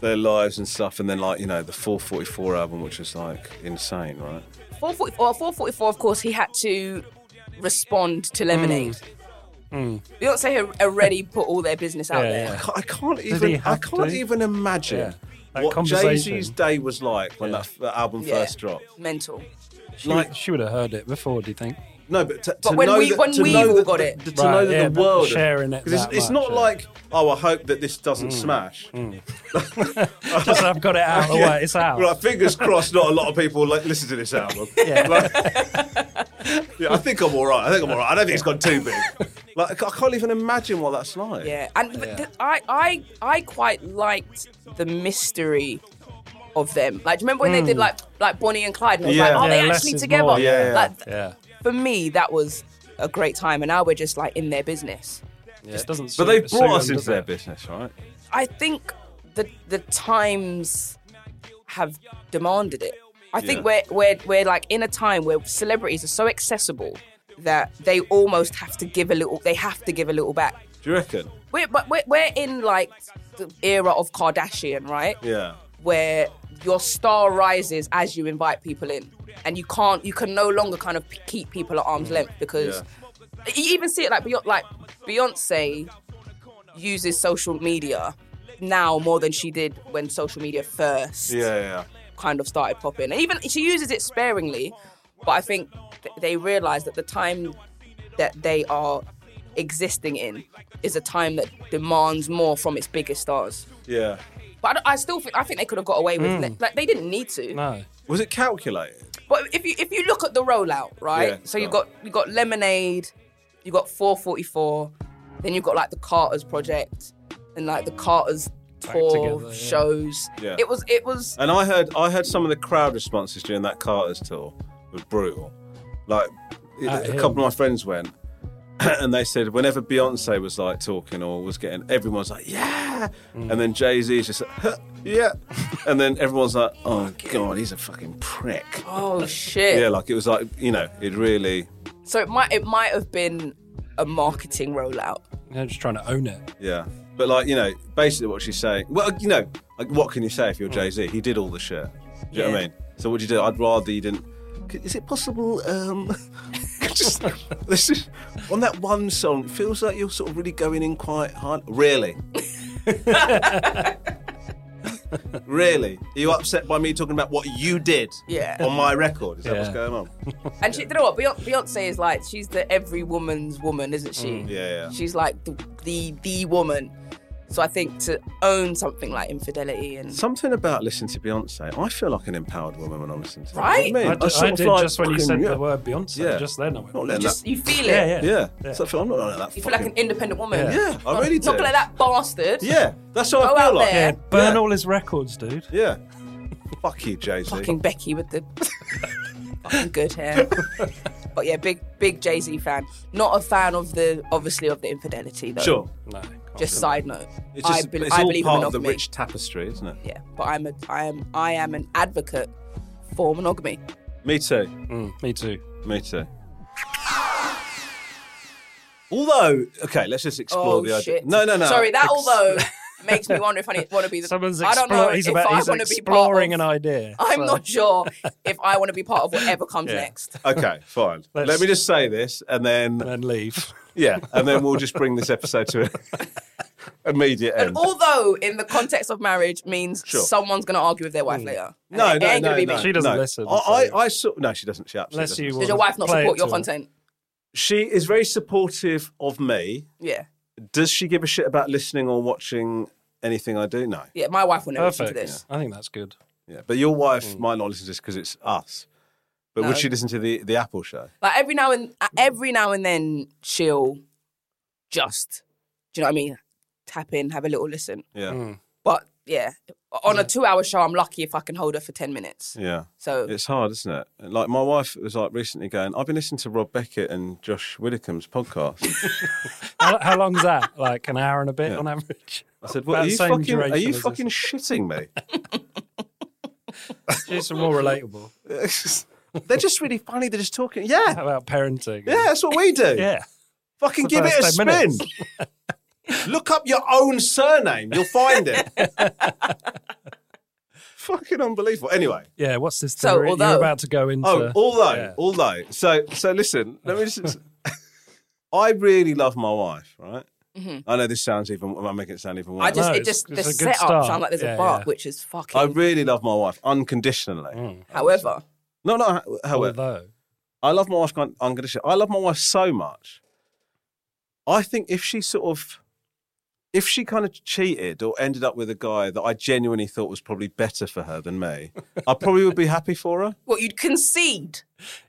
Speaker 2: their lives and stuff, and then like you know the 444 album, which was like insane, right?
Speaker 3: 444, well, 444, of course, he had to respond
Speaker 4: Mm.
Speaker 3: to Lemonade. Beyonce had already put all their business out
Speaker 4: Yeah,
Speaker 3: there.
Speaker 4: yeah.
Speaker 2: I can't
Speaker 4: he
Speaker 2: even I
Speaker 4: have
Speaker 2: can't
Speaker 4: to?
Speaker 2: even imagine.
Speaker 4: Yeah. That
Speaker 2: What Jay
Speaker 4: conversation.
Speaker 2: Z's day was like when that, that album
Speaker 3: Yeah.
Speaker 2: first dropped.
Speaker 3: Mental.
Speaker 4: She, she would have heard it before. Do you think?
Speaker 2: No, but to,
Speaker 3: But
Speaker 2: to
Speaker 3: when
Speaker 2: know
Speaker 3: we-
Speaker 2: that,
Speaker 3: when
Speaker 2: to
Speaker 3: we
Speaker 2: know
Speaker 3: all
Speaker 2: that
Speaker 3: got
Speaker 2: the-
Speaker 3: it.
Speaker 2: the- to
Speaker 4: Right,
Speaker 2: know that
Speaker 4: yeah,
Speaker 2: the
Speaker 4: but
Speaker 2: world
Speaker 4: sharing it
Speaker 2: 'cause It's,
Speaker 4: that
Speaker 2: it's
Speaker 4: much, Mm.
Speaker 2: not
Speaker 4: yeah.
Speaker 2: like oh, I hope that this doesn't smash.
Speaker 4: Just I've got it out. of the way. It's out.
Speaker 2: Right, fingers crossed. Not a lot of people like, listen to this album.
Speaker 4: Yeah.
Speaker 2: Like- yeah, I think I'm all right. I think I'm all right. I don't think it's gone too big. Like I ca- I can't even imagine what that's like.
Speaker 3: Yeah. And but th- I, I, I quite liked the mystery of them. Like, do you remember when they did like like Bonnie and Clyde? And I was
Speaker 2: Yeah.
Speaker 3: like, are
Speaker 4: Mm. Yeah,
Speaker 3: they
Speaker 4: less
Speaker 3: actually
Speaker 4: is
Speaker 3: together?
Speaker 4: more.
Speaker 2: Yeah, yeah.
Speaker 3: Like, th-
Speaker 4: Yeah.
Speaker 3: For me, that was a great time. And now we're just like in their business.
Speaker 4: yeah. It doesn't.
Speaker 2: But they brought us into their business, right?
Speaker 3: I think the the times have demanded it. I
Speaker 2: Yeah.
Speaker 3: think we're we're we're like in a time where celebrities are so accessible that they almost have to give a little. They have to give a little back.
Speaker 2: Do you reckon?
Speaker 3: We're but we're, we're in like the era of Kardashian, right?
Speaker 2: Yeah.
Speaker 3: Where your star rises as you invite people in, and you can't you can no longer kind of p- keep people at
Speaker 2: Mm.
Speaker 3: arm's length because you even see it like Beyonce, like Beyonce uses social media now more than she did when social media first
Speaker 2: Yeah, yeah.
Speaker 3: kind of started popping. And even she uses it sparingly, but I think th- they realize that the time that they are existing in is a time that demands more from its biggest stars.
Speaker 2: Yeah.
Speaker 3: But I, don't- I still think I think they could have got away with it. Like they didn't need to.
Speaker 4: No.
Speaker 2: Was it calculated?
Speaker 3: But if you if you look at the rollout, right?
Speaker 2: Yeah,
Speaker 3: so you
Speaker 2: go on.
Speaker 3: got you got Lemonade, you got 444, then you've got like the Carter's project and like the Carter's tour
Speaker 4: together, yeah.
Speaker 3: shows.
Speaker 2: Yeah.
Speaker 3: It was it was
Speaker 2: And I heard I heard some of the crowd responses during that Carter's tour was brutal. Like it-
Speaker 4: At
Speaker 2: a
Speaker 4: him.
Speaker 2: couple of my friends went, and they said whenever Beyonce was like talking or was getting, everyone's like yeah,
Speaker 4: Mm.
Speaker 2: and then Jay Z is just like, huh, yeah, and then everyone's like oh god he's a fucking prick.
Speaker 3: oh shit.
Speaker 2: Yeah, like it was like you know it really
Speaker 3: So it might it might have been a marketing rollout.
Speaker 4: They're just trying to own it.
Speaker 2: yeah, but like you know basically what she's saying. Well you know Like, what can you say if you're Jay Z? He did all the shit. Do you know what I
Speaker 3: Hmm. Yeah.
Speaker 2: mean? So what do you do? I'd rather you didn't. C- Is it possible? Um, just this is on that one song. It feels like you're sort of really going in quite hard. Really. really? Are you upset by me talking about what you did
Speaker 3: Yeah.
Speaker 2: on my record? Is that what's
Speaker 4: Yeah.
Speaker 2: going on?
Speaker 3: And she, you know what? Beyonce, Beyonce is like she's the every woman's woman, isn't she?
Speaker 2: Mm. yeah, yeah.
Speaker 3: She's like the, the the woman. So I think to own something like infidelity and
Speaker 2: Something about listening to Beyonce. I feel like an empowered woman when I'm listening to her.
Speaker 3: Right?
Speaker 2: You know what
Speaker 4: I
Speaker 2: I, mean? sort
Speaker 4: did, I
Speaker 2: of
Speaker 4: did
Speaker 2: like,
Speaker 4: just when you
Speaker 2: fucking,
Speaker 4: said
Speaker 2: yeah.
Speaker 4: the word Beyonce.
Speaker 2: Yeah.
Speaker 4: Just then I went.
Speaker 2: Not
Speaker 4: Yeah,
Speaker 2: letting
Speaker 3: just
Speaker 2: that.
Speaker 3: you feel it.
Speaker 4: yeah.
Speaker 2: Yeah. So I feel I'm not like that.
Speaker 3: You feel like an independent woman.
Speaker 2: Yeah, I really do.
Speaker 3: Not like that bastard.
Speaker 2: Yeah, that's what
Speaker 3: Go
Speaker 2: I
Speaker 3: out
Speaker 2: feel like.
Speaker 3: there.
Speaker 4: Yeah, burn all his records, dude.
Speaker 2: Yeah. Fuck you, Jay Z.
Speaker 3: Fucking Becky with the fucking good hair. but yeah, big big Jay Z fan. Not a fan of the obviously of the infidelity though.
Speaker 2: Sure.
Speaker 4: No.
Speaker 3: Just side note.
Speaker 2: It's, just,
Speaker 3: I, be-
Speaker 2: it's
Speaker 3: I
Speaker 2: all
Speaker 3: believe
Speaker 2: part
Speaker 3: in
Speaker 2: of the
Speaker 3: monogamy.
Speaker 2: rich tapestry, isn't it?
Speaker 3: Yeah, but I'm a I am I am an advocate for monogamy.
Speaker 2: Me too.
Speaker 4: Mm, me too.
Speaker 2: Me too. Although, okay, let's just explore
Speaker 3: Oh
Speaker 2: the idea.
Speaker 3: shit!
Speaker 2: No, no, no.
Speaker 3: Sorry, that
Speaker 2: Ex-
Speaker 3: although makes me wonder if I want to be. The,
Speaker 4: Someone's
Speaker 3: I don't know
Speaker 4: exploring. He's,
Speaker 3: if
Speaker 4: about,
Speaker 3: I
Speaker 4: he's
Speaker 3: want to be part
Speaker 4: exploring
Speaker 3: of,
Speaker 4: an idea.
Speaker 3: I'm
Speaker 4: so-
Speaker 3: not sure if I want to be part of whatever comes
Speaker 4: Yeah.
Speaker 3: next.
Speaker 2: Okay, fine.
Speaker 4: Let's-
Speaker 2: Let me just say this, and
Speaker 4: And
Speaker 2: then
Speaker 4: then leave.
Speaker 2: yeah, and then we'll just bring this episode to an immediate end.
Speaker 3: And although in the context of marriage means
Speaker 2: Sure.
Speaker 3: someone's going to argue with their wife
Speaker 4: Mm.
Speaker 3: later. And
Speaker 2: no,
Speaker 3: it
Speaker 2: no,
Speaker 3: ain't
Speaker 2: no,
Speaker 3: gonna be
Speaker 2: no.
Speaker 3: me.
Speaker 4: She doesn't
Speaker 2: no.
Speaker 4: listen,
Speaker 2: I, I,
Speaker 4: so-
Speaker 2: I sort- no, she doesn't. She absolutely
Speaker 4: Unless
Speaker 2: doesn't.
Speaker 4: you
Speaker 3: Does your wife not
Speaker 4: Play
Speaker 3: support
Speaker 4: it
Speaker 3: your
Speaker 4: to 'em.
Speaker 3: content?
Speaker 2: She is very supportive of me.
Speaker 3: Yeah,
Speaker 2: Does she give a shit about listening or watching anything I do? No.
Speaker 3: yeah. My wife will never listen to
Speaker 4: Perfect.
Speaker 3: this.
Speaker 4: I think that's good.
Speaker 2: Yeah, but your wife
Speaker 4: Mm.
Speaker 2: might not listen to this because it's us. But
Speaker 3: No.
Speaker 2: would she listen to the, the Apple show?
Speaker 3: Like every now and every now and then she'll just, do you know what I mean? Tap in, have a little listen.
Speaker 2: Yeah.
Speaker 4: Mm.
Speaker 3: But yeah, on a two-hour show, I'm lucky if I can hold her for ten minutes.
Speaker 2: Yeah.
Speaker 3: So
Speaker 2: It's hard, isn't it? Like my wife was like recently going, I've been listening to Rob Beckett and Josh Widdicombe's podcast.
Speaker 4: How, how long's that? Like an hour and a bit on average.
Speaker 2: I said, What
Speaker 4: About
Speaker 2: are
Speaker 4: the
Speaker 2: you
Speaker 4: same
Speaker 2: fucking are
Speaker 4: duration
Speaker 2: you
Speaker 4: as this.
Speaker 2: fucking shitting me?
Speaker 4: It's more relatable.
Speaker 2: They're just really funny, they're just talking Yeah.
Speaker 4: How about parenting?
Speaker 2: Yeah, that's what we do.
Speaker 4: Yeah.
Speaker 2: Fucking
Speaker 4: It's
Speaker 2: give
Speaker 4: the
Speaker 2: it a
Speaker 4: first 10
Speaker 2: spin. Look up your own surname, you'll find it. fucking unbelievable. Anyway.
Speaker 4: Yeah. What's this?
Speaker 3: So,
Speaker 4: theory?
Speaker 3: although-
Speaker 4: You're about to go into.
Speaker 2: Oh, although,
Speaker 4: yeah.
Speaker 2: although, so, so listen. Let me just. I really love my wife, right? I know this sounds even. I'm making it sound even worse.
Speaker 3: I
Speaker 2: Mm-hmm. I,
Speaker 3: just
Speaker 4: No,
Speaker 3: it just the
Speaker 4: it's- it's a good
Speaker 3: setup
Speaker 4: start.
Speaker 3: sounds like there's a
Speaker 4: Yeah,
Speaker 3: bar,
Speaker 4: yeah.
Speaker 3: which is fucking.
Speaker 2: really love my wife unconditionally.
Speaker 4: Mm.
Speaker 3: however,
Speaker 2: No, no. However,
Speaker 4: although.
Speaker 2: I love my wife un- unconditionally. I love my wife so much. I think if she sort of, if she kind of cheated or ended up with a guy that I genuinely thought was probably better for her than me, I probably would be happy for her.
Speaker 3: what you'd concede?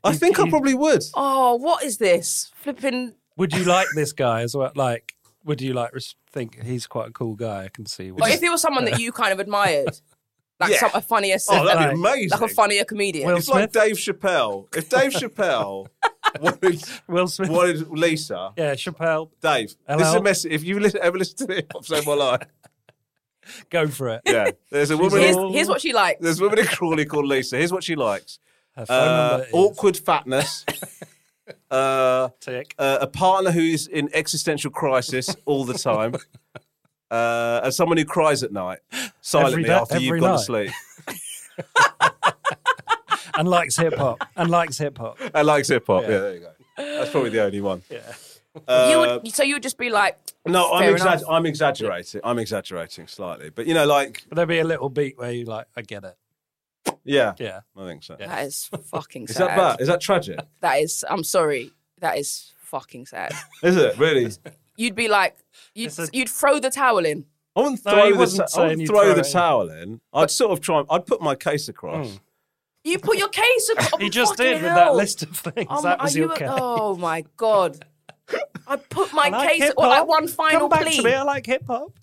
Speaker 2: I
Speaker 4: You-
Speaker 2: think I
Speaker 4: you-
Speaker 2: probably would.
Speaker 3: Oh, what is this flipping?
Speaker 4: Would you like this guy as well? Like, would you like res- think he's quite a cool guy? I can see.
Speaker 3: Or if it was someone that you kind of admired, like
Speaker 2: Yeah.
Speaker 3: some, a funnier,
Speaker 2: Oh, that'd be
Speaker 4: Like-
Speaker 2: amazing.
Speaker 3: like a funnier comedian.
Speaker 4: Will
Speaker 2: It's like
Speaker 4: Smith?
Speaker 2: Dave Chappelle. If Dave Chappelle wanted,
Speaker 4: Will Smith.
Speaker 2: wanted Lisa,
Speaker 4: Yeah, Chappelle,
Speaker 2: Dave, this is
Speaker 4: Hello?
Speaker 2: a message. If you listen, ever listen to the I've saved my life.
Speaker 4: go for it.
Speaker 2: Yeah, there's a woman.
Speaker 3: here's,
Speaker 2: in-
Speaker 3: here's what she likes.
Speaker 2: there's a woman in Crawley called Lisa. Here's what she likes:
Speaker 4: Her phone
Speaker 2: uh,
Speaker 4: number is
Speaker 2: awkward fatness, uh,
Speaker 4: Tick.
Speaker 2: uh, a partner who's in existential crisis all the time, uh, and someone who cries at night silently
Speaker 4: day-
Speaker 2: after you've
Speaker 4: every
Speaker 2: gone to
Speaker 4: night.
Speaker 2: sleep
Speaker 4: and likes hip hop. And likes hip hop.
Speaker 2: and likes hip hop. Yeah. there you go. That's probably the only one.
Speaker 3: you would, so you would just be like,
Speaker 2: uh, No, I'm,
Speaker 3: Fair
Speaker 2: exa-
Speaker 3: enough.
Speaker 2: I'm exaggerating. I'm exaggerating slightly, but you know, like,
Speaker 4: But there'll be a little beat where you like, I get it.
Speaker 2: yeah,
Speaker 4: Yeah.
Speaker 2: I think so.
Speaker 3: that is fucking
Speaker 2: Is
Speaker 3: sad.
Speaker 2: that bad? Is that tragic?
Speaker 3: That is. I'm sorry. That is fucking sad.
Speaker 2: Is it really?
Speaker 3: You'd be like, you'd,
Speaker 4: It's a-
Speaker 3: you'd throw the towel in.
Speaker 2: I wouldn't
Speaker 4: No,
Speaker 2: throw
Speaker 4: he
Speaker 2: the,
Speaker 4: wasn't
Speaker 2: ta- I wouldn't
Speaker 4: saying you'd
Speaker 2: throw the
Speaker 4: throw it Hmm. in.
Speaker 2: towel in. I'd sort of try. I'd put my case across.
Speaker 3: You put your case. Up,
Speaker 4: He just did
Speaker 3: fucking
Speaker 4: with that
Speaker 3: hell.
Speaker 4: list of things.
Speaker 3: Oh,
Speaker 4: that
Speaker 3: my-
Speaker 4: was
Speaker 3: are you
Speaker 4: your
Speaker 3: a-
Speaker 4: case.
Speaker 3: oh my god! I put my
Speaker 4: I like
Speaker 3: case.
Speaker 4: hip
Speaker 3: Well, like
Speaker 4: hop.
Speaker 3: one final
Speaker 4: Come back
Speaker 3: plea.
Speaker 4: to me. I like hip hop.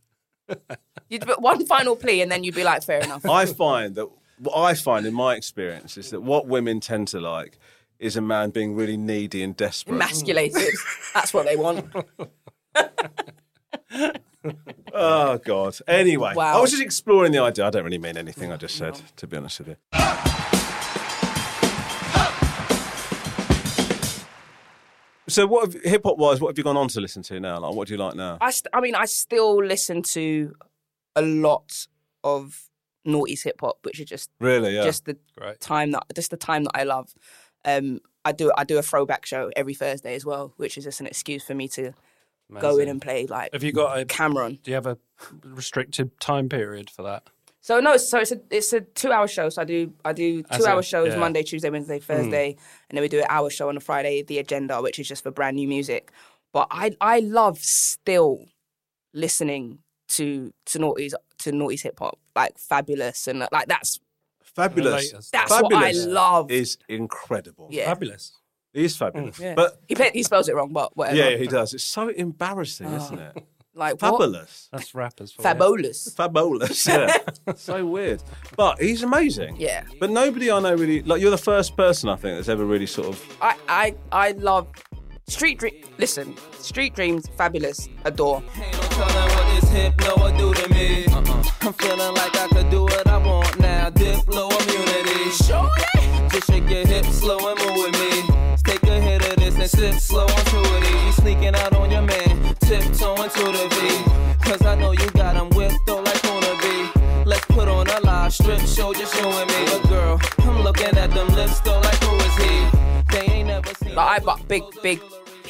Speaker 3: You'd put one final plea, and then you'd be like, "Fair enough."
Speaker 2: I find that what I find in my experience is that what women tend to like is a man being really needy and desperate.
Speaker 3: Emasculated. That's what they want.
Speaker 2: Oh God. Anyway,
Speaker 3: Wow.
Speaker 2: I was just exploring the idea. I don't really mean anything I just said, to be honest with you. So, what have, hip hop wise? What have you gone on to listen to now? Like, what do you like now?
Speaker 3: I, st- I mean, I still listen to a lot of noughties hip hop, which is just
Speaker 2: Really, yeah.
Speaker 3: just the
Speaker 4: Great.
Speaker 3: time that just the time that I love. Um, I do I do a throwback show every Thursday as well, which is just an excuse for me to go in
Speaker 4: Amazing.
Speaker 3: and play like
Speaker 4: Have you got a?
Speaker 3: Cameron.
Speaker 4: Do you have a restricted time period for that?
Speaker 3: So no, so it's a it's a two hour show. So I do I do two
Speaker 4: As a-
Speaker 3: hour shows
Speaker 4: yeah.
Speaker 3: Monday, Tuesday,
Speaker 2: Hmm.
Speaker 3: Wednesday, Thursday, and then we do an hour show on a Friday. The agenda, which is just for brand new music. But I I love still listening to to noughties to noughties hip hop like fabulous and like that's
Speaker 2: Fabulous.
Speaker 4: latest.
Speaker 3: That's what
Speaker 2: fabulous
Speaker 3: I love.
Speaker 2: Is incredible.
Speaker 3: yeah. Mm.
Speaker 4: Fabulous.
Speaker 2: He is fabulous.
Speaker 3: Yeah.
Speaker 2: Oh, But
Speaker 3: He play, he spells it wrong, but whatever.
Speaker 2: yeah, he does. It's so embarrassing, isn't it?
Speaker 3: like Oh. what?
Speaker 2: Fabulous.
Speaker 4: That's rappers. For you.
Speaker 3: Fabulous.
Speaker 2: Fabulous. Yeah. so weird. But he's amazing.
Speaker 3: Yeah.
Speaker 2: But nobody I know really like you're the first person I think that's ever really sort of
Speaker 3: I I I love Street Dream. Listen, Street Dreams, fabulous, adore.
Speaker 9: I'm feeling like I could do what I want now. Diplo immunity. Just shake your hips slow and move with me. Take a hit of this and sip slow on two of these. You sneaking out on your man, tiptoeing to the V. Cause I know you got him whipped though like Puna B. Let's put on a live strip show just you and me. But girl, I'm looking at them lips though like who is he? They ain't never seen
Speaker 3: Like I, but big, big,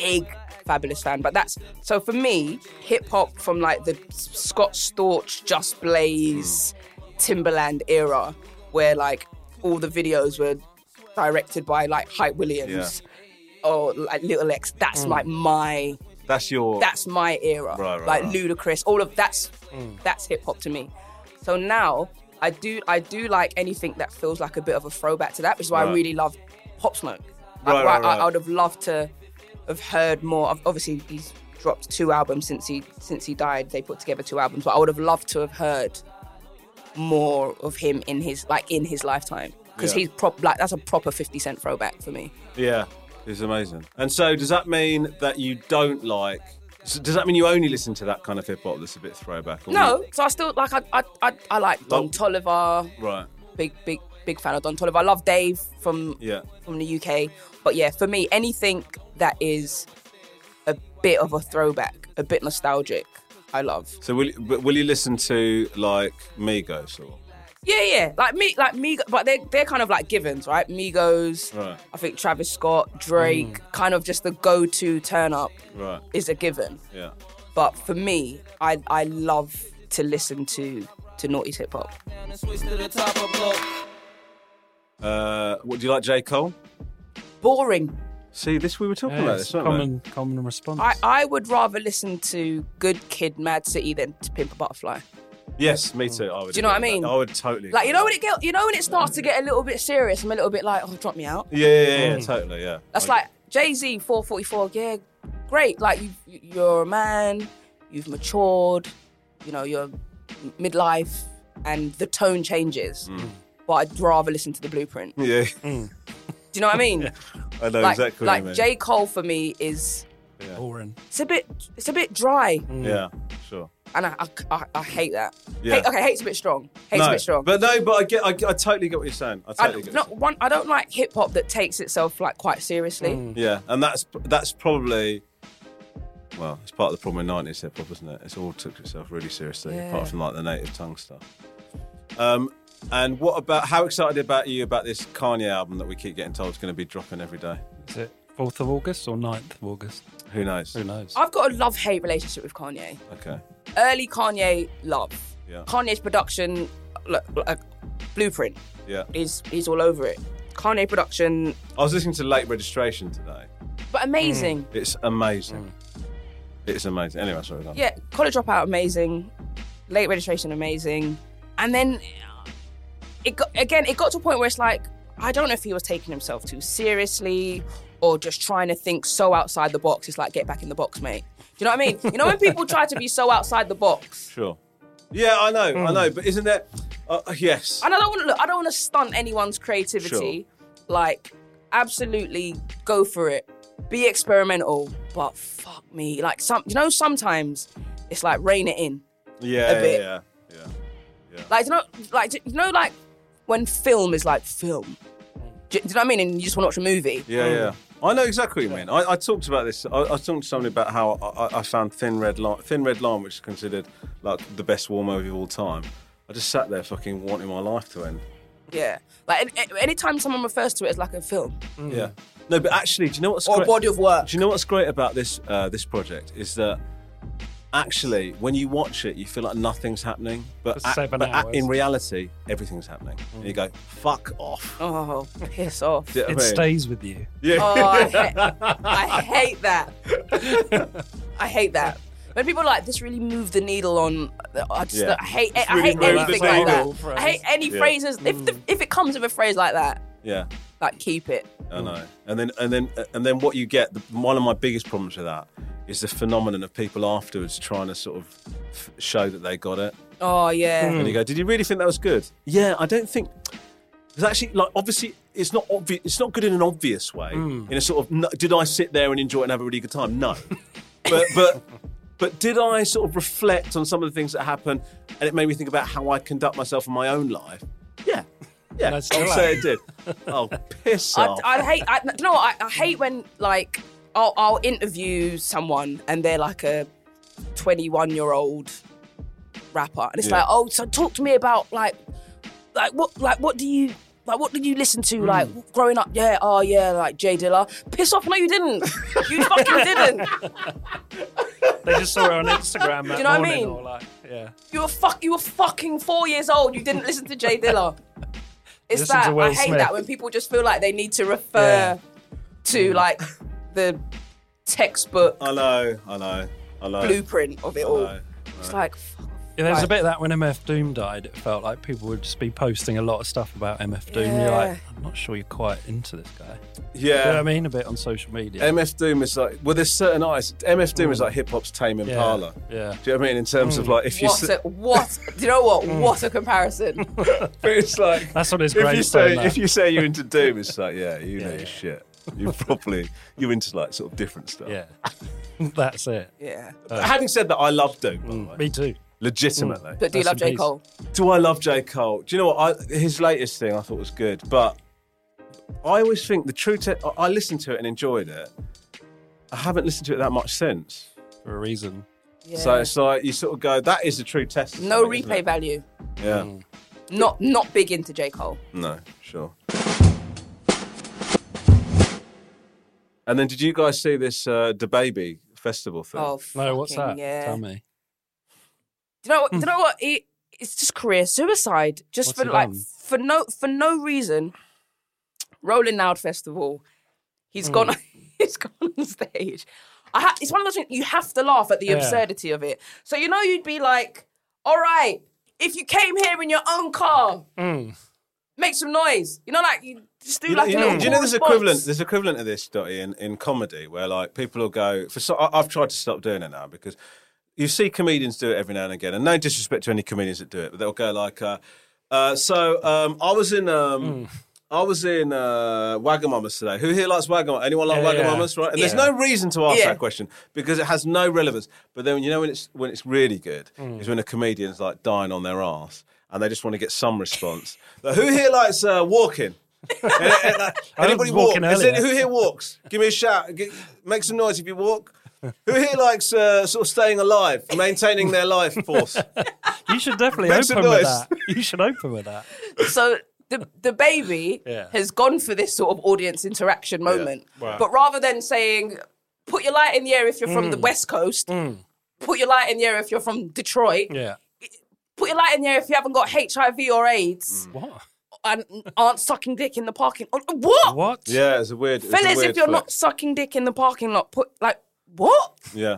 Speaker 3: big, fabulous fan. But that's so for me, hip hop from like the Scott Storch, Just Blaze, Timberland era, where like all the videos were directed by like Hype Williams or like Little X. That's like my
Speaker 2: that's your
Speaker 3: that's my era.
Speaker 2: Right, uh-huh. right,
Speaker 3: like
Speaker 2: right.
Speaker 3: ludicrous. All of that's that's hip hop to me. So now I do I do like anything that feels like a bit of a throwback to that, which is why I
Speaker 2: Right.
Speaker 3: really love Pop Smoke.
Speaker 2: Right,
Speaker 3: Like,
Speaker 2: right,
Speaker 3: why I,
Speaker 2: right.
Speaker 3: I would have loved to have heard more. Of, obviously, he's dropped two albums since he since he died. They put together two albums, but I would have loved to have heard more of him in his like in his lifetime because
Speaker 2: Yeah.
Speaker 3: he's prop like that's a proper Fifty Cent throwback for me.
Speaker 2: Yeah. It's amazing. And so does that mean that you don't like so does that mean you only listen to that kind of hip hop that's a bit throwback? Or
Speaker 3: No, so I still like I I I, I like Don
Speaker 2: Well-
Speaker 3: Tolliver.
Speaker 2: you- right.
Speaker 3: big big big fan of Don Toliver. I love Dave from
Speaker 2: Yeah.
Speaker 3: from the UK, but yeah, for me, anything that is a bit of a throwback, a bit nostalgic, I love.
Speaker 2: So will but will you listen to like Migos or
Speaker 3: Yeah, yeah, like me, like me, but they they're kind of like givens, right? Migos,
Speaker 2: Right. Mm.
Speaker 3: I think Travis Scott, Drake, kind of just the go to turn up
Speaker 2: right?
Speaker 3: is a given.
Speaker 2: Yeah.
Speaker 3: But for me, I I love to listen to to naughty hip hop.
Speaker 9: and switch to the top of blow.
Speaker 2: Uh, what do you like, J Cole?
Speaker 3: Boring.
Speaker 2: See, this we were talking
Speaker 4: Yeah,
Speaker 2: about
Speaker 4: it's
Speaker 2: this,
Speaker 4: a
Speaker 2: weren't we?
Speaker 4: common, common response.
Speaker 3: I, I would rather listen to Good Kid, Mad City than to Pimp a Butterfly.
Speaker 2: Yes, me too. I would
Speaker 3: Do you know what I
Speaker 2: agree with
Speaker 3: mean?
Speaker 2: that. I would totally.
Speaker 3: Like you know
Speaker 2: agree
Speaker 3: when it get, you know when it starts to get a little bit serious. I'm a little bit like, oh, drop me out.
Speaker 2: with that. Yeah, yeah, yeah, yeah,
Speaker 4: Mm.
Speaker 2: totally. Yeah.
Speaker 3: That's
Speaker 2: I-
Speaker 3: like Jay Z, 444. Yeah, great. Like you, you're a man. You've matured. You know you're m- midlife, and the tone changes.
Speaker 2: Mm.
Speaker 3: But I'd rather listen to the blueprint. Do
Speaker 2: Yeah,
Speaker 3: you know what I mean?
Speaker 2: I know
Speaker 3: Like,
Speaker 2: exactly.
Speaker 3: like
Speaker 2: what you mean.
Speaker 3: J Cole for me is
Speaker 4: Boring.
Speaker 3: it's a bit it's a bit dry,
Speaker 2: Yeah, sure.
Speaker 3: and I, I, I, I hate that.
Speaker 2: Yeah.
Speaker 3: Hate, okay, hate's a bit strong. Hate's
Speaker 2: no,
Speaker 3: a bit strong.
Speaker 2: but no, but I get, I, get- I totally get what you're saying. I
Speaker 3: I,
Speaker 2: totally get.
Speaker 3: not
Speaker 2: what
Speaker 3: one. I don't like hip hop that takes itself like quite seriously.
Speaker 2: you're saying. Yeah, and that's that's probably. Well, it's part of the problem with '90s hip hop, isn't it? It's all took itself really seriously, apart from like the native tongue stuff. Um, and what about how excited about you about this Kanye album that we keep getting told is going to be dropping every day?
Speaker 4: Is it 4th of August or 9th of August?
Speaker 2: Who knows?
Speaker 4: Who knows?
Speaker 3: I've got a love hate relationship with Kanye.
Speaker 2: Okay.
Speaker 3: Early Kanye, love.
Speaker 2: Yeah.
Speaker 3: Kanye's production, look, like, blueprint,
Speaker 2: Yeah.
Speaker 3: is he's all over it. Kanye production,
Speaker 2: I was listening to Late Registration today.
Speaker 3: but amazing.
Speaker 2: It's amazing.
Speaker 4: Mm.
Speaker 2: It's amazing. Anyway, sorry. go on.
Speaker 3: Yeah, college dropout, amazing. Late registration, amazing. And then uh, it got, again, it got to a point where it's like, I don't know if he was taking himself too seriously or just trying to think so outside the box. It's like, get back in the box, mate. Do you know what I mean? You know when people try to be so outside the box?
Speaker 2: Sure. Yeah, I know, I know, but isn't that? Uh, yes.
Speaker 3: and Hmm. I don't want to look. I don't want to stunt anyone's creativity. Like, absolutely, go for it. Be experimental, but fuck me. Like some, you know, sometimes it's like rein it in.
Speaker 2: yeah,
Speaker 3: a bit.
Speaker 2: yeah, yeah,
Speaker 3: Like you know, like you know, like when film is like film. Do, do you know what I mean? And you just want to watch a movie.
Speaker 2: yeah, yeah, yeah. Um, I know exactly what you mean. I, I talked about this. I, I talked to somebody about how I, I- I found Thin Red Line, Thin Red Line, which is considered like the best war movie of all time. I just sat there fucking wanting my life to end.
Speaker 3: Yeah. Like any- any, anytime someone refers to it as like a film.
Speaker 2: Yeah. No, but actually, do you know what's
Speaker 3: Hmm. Or a body of work?
Speaker 2: Do you know what's great about this uh, this project is that actually, when you watch it, you feel like nothing's happening, but,
Speaker 4: For seven
Speaker 2: but
Speaker 4: hours.
Speaker 2: in reality, everything's happening. And you
Speaker 3: Hmm.
Speaker 2: go, "Fuck off."
Speaker 3: Oh, piss off.
Speaker 2: Do you know
Speaker 4: It
Speaker 2: what I mean?
Speaker 4: stays with you.
Speaker 2: Yeah.
Speaker 3: Oh, I, ha- I hate that. I hate that. When people are like this really moved the needle on, I just
Speaker 2: Yeah.
Speaker 3: I hate
Speaker 2: It's
Speaker 3: I
Speaker 2: really
Speaker 3: hate
Speaker 2: moved
Speaker 3: anything
Speaker 2: the
Speaker 3: like
Speaker 2: needle,
Speaker 3: that. I hate any
Speaker 2: Yeah.
Speaker 3: phrases. If the, if it comes with a phrase like that,
Speaker 2: yeah.
Speaker 3: like keep it.
Speaker 2: I know. And then and then uh, and then what you get the, one of my biggest problems with that is the phenomenon of people afterwards trying to sort of f- show that they got it.
Speaker 3: Oh yeah.
Speaker 2: And you go, "Did you really think that was good?" Hmm. Yeah, I don't think it's actually like obviously it's not obvious. It's not good in an obvious way. In a sort of, no, did I sit there and enjoy it and have a really good time? No, but but but did I sort of reflect on some of the things that happened and it made me think about how I conduct myself in my own life? Yeah, yeah,
Speaker 4: And I
Speaker 2: I'll
Speaker 4: still
Speaker 2: say it did. Oh, piss
Speaker 3: I,
Speaker 2: off!
Speaker 3: I hate. I, do you know what? I, I hate when like I'll, I'll interview someone and they're like a twenty-one-year-old rapper, and it's
Speaker 2: Yeah.
Speaker 3: like, oh, so talk to me about like, like what, like what do you? Like what did you listen to? Like growing up, yeah, oh yeah, like Jay Dilla. Piss off! No, you didn't. You fucking didn't.
Speaker 4: They just saw her on Instagram that
Speaker 3: you know what I
Speaker 4: morning.
Speaker 3: mean?
Speaker 4: Or like, yeah.
Speaker 3: You were fuck. You were fucking four years old. You didn't listen to Jay Dilla. It's
Speaker 4: Listen to
Speaker 3: that I
Speaker 4: Will
Speaker 3: hate
Speaker 4: Smith.
Speaker 3: that when people just feel like they need to refer
Speaker 4: Yeah. Mm.
Speaker 3: to like the textbook
Speaker 2: I know, I know, I know.
Speaker 3: blueprint of it all.
Speaker 2: know,
Speaker 3: It's like fuck.
Speaker 4: Yeah, there was a
Speaker 3: Right.
Speaker 4: bit of that when MF Doom died. It felt like people would just be posting a lot of stuff about MF Doom. You're like, I'm not sure you're quite into this guy. You know what I
Speaker 2: Yeah.
Speaker 4: mean? A bit on social media.
Speaker 3: Um,
Speaker 2: MF Doom is like well, there's certain artists. MF Doom is like hip hop's Tame Impala.
Speaker 4: yeah.
Speaker 2: Do you know what I mean? In terms of like, if you
Speaker 3: what
Speaker 2: s-
Speaker 3: a what? Do you know what?
Speaker 4: Mm.
Speaker 3: What a comparison.
Speaker 2: But it's like
Speaker 4: That's what it's
Speaker 2: if
Speaker 4: great
Speaker 2: You
Speaker 4: for,
Speaker 2: say,
Speaker 4: like.
Speaker 2: if you say you're into Doom, it's like yeah, you know
Speaker 4: Yeah,
Speaker 2: your
Speaker 4: yeah.
Speaker 2: shit. You're probably you're into like sort of different stuff.
Speaker 4: Yeah. That's it.
Speaker 3: yeah.
Speaker 2: Having said that, I love Doom. By the way.
Speaker 4: Me too.
Speaker 2: Legitimately,
Speaker 3: But do you
Speaker 4: Rest
Speaker 3: love
Speaker 4: in
Speaker 3: J
Speaker 4: peace.
Speaker 3: Cole?
Speaker 2: do I love J Cole? Do you know what? I, his latest thing I thought was good, but I always think the true. Te- I- I listened to it and enjoyed it. I haven't listened to it that much since.
Speaker 4: For a reason.
Speaker 3: Yeah.
Speaker 2: So it's like you sort of go, that is the true test. of
Speaker 3: no
Speaker 2: something, isn't
Speaker 3: replay
Speaker 2: it?
Speaker 3: value.
Speaker 2: Yeah.
Speaker 3: Not not big into J Cole.
Speaker 2: No, sure. And then, did you guys see this uh, DaBaby festival thing?
Speaker 3: Oh,
Speaker 4: No, what's
Speaker 3: fucking
Speaker 4: that?
Speaker 3: Yeah.
Speaker 4: Tell me.
Speaker 3: Do you know? What,
Speaker 2: Hmm.
Speaker 3: do you know what? It, it's just career suicide, just
Speaker 4: What's
Speaker 3: for
Speaker 4: he
Speaker 3: like
Speaker 4: done?
Speaker 3: for no for no reason. Rolling Loud Festival, he's
Speaker 2: Hmm.
Speaker 3: gone. he's gone on stage. I ha- it's one of those things you have to laugh at the
Speaker 4: Yeah.
Speaker 3: absurdity of it. So you know you'd be like, all right, if you came here in your own car, make some noise. You know, like you just do
Speaker 2: Hmm. You know,
Speaker 3: like
Speaker 2: you
Speaker 3: a
Speaker 2: know,
Speaker 3: little.
Speaker 2: do you know
Speaker 3: call
Speaker 2: there's
Speaker 3: response.
Speaker 2: equivalent? There's equivalent of this, Dotty, in, in comedy, where like people will go for. So, I, I've tried to stop doing it now because you see comedians do it every now and again, and no disrespect to any comedians that do it, but they'll go like, uh, uh, "So um, I was in."
Speaker 4: Hmm.
Speaker 2: Um, I was in uh, Wagamamas today. Who here likes Wagamamas? Anyone like
Speaker 4: Yeah, yeah.
Speaker 2: Wagamamas, right? And there's no reason to ask
Speaker 3: Yeah.
Speaker 2: that question because it has no relevance. But then you know when it's when it's really good
Speaker 4: Hmm.
Speaker 2: is when a comedian's like dying on their ass and they just want to get some response. Like, who here likes uh, walking? And- and, like,
Speaker 4: was
Speaker 2: anybody walk?
Speaker 4: walking
Speaker 2: Is
Speaker 4: earlier.
Speaker 2: it- who here walks? Give me a shout. G make some noise if you walk. Who here likes uh, sort of staying alive, maintaining their life force?
Speaker 4: You should definitely
Speaker 2: Make some
Speaker 4: open with
Speaker 2: noise.
Speaker 4: that. You should open with that.
Speaker 3: so the the baby
Speaker 4: Yeah.
Speaker 3: has gone for this sort of audience interaction moment. But rather than saying, put your light in the air if you're from the
Speaker 4: Mm.
Speaker 3: West Coast, put your light in the air if you're from Detroit,
Speaker 4: Yeah.
Speaker 3: put your light in the air if you haven't got HIV or AIDS
Speaker 4: What?
Speaker 3: and aren't sucking dick in the parking lot. What?
Speaker 4: What?
Speaker 2: Yeah, it's a weird. it's a
Speaker 3: Fellas,
Speaker 2: weird
Speaker 3: if you're
Speaker 2: flick.
Speaker 3: not sucking dick in the parking lot, put like what?
Speaker 2: yeah,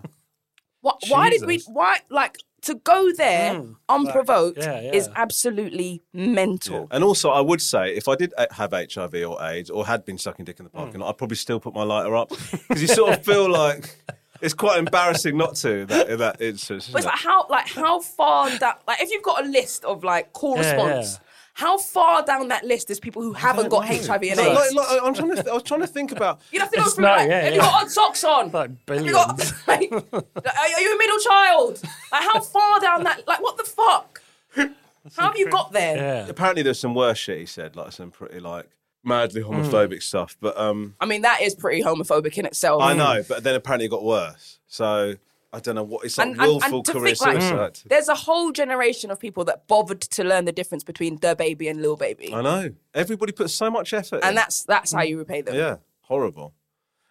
Speaker 3: What why did we
Speaker 4: Jesus. Mm.
Speaker 3: why like to go there unprovoked
Speaker 4: yeah, yeah.
Speaker 3: is absolutely mental.
Speaker 2: and also I would say if I did uh, have HIV or AIDS or had been sucking dick in the
Speaker 4: Hmm.
Speaker 2: parking lot, I'd probably still put my lighter up because you sort of feel like it's quite embarrassing not to in that, in that instance.
Speaker 3: But it's
Speaker 2: isn't
Speaker 3: like how like how far that like if you've got a list of like call
Speaker 4: Yeah,
Speaker 3: response,
Speaker 4: yeah.
Speaker 3: how far down that list is people who haven't got HIV
Speaker 2: it?
Speaker 3: and
Speaker 2: Like- like-
Speaker 3: AIDS?
Speaker 2: like, I'm trying to. Th- I was trying to think about.
Speaker 3: You'd have to go
Speaker 4: It's
Speaker 3: through
Speaker 4: not,
Speaker 3: like,
Speaker 4: yeah,
Speaker 3: have you
Speaker 4: yeah.
Speaker 3: got odd socks on?
Speaker 4: Like
Speaker 3: have you got, like, are are you a middle child? Like how far down that like what the fuck? How have you got there?
Speaker 4: Yeah.
Speaker 2: Apparently, there's some worse shit he said, like some pretty like madly homophobic stuff. But um,
Speaker 3: I mean that is pretty homophobic in itself.
Speaker 2: I know, but then apparently it got worse. So I I don't know what it's like willful
Speaker 3: to
Speaker 2: career
Speaker 3: think, like, Hmm.
Speaker 2: suicide.
Speaker 3: there's a whole generation of people that bothered to learn the difference between the baby and little baby,
Speaker 2: I know. Everybody puts so much effort. in.
Speaker 3: and that's that's how you repay them.
Speaker 2: Yeah, horrible.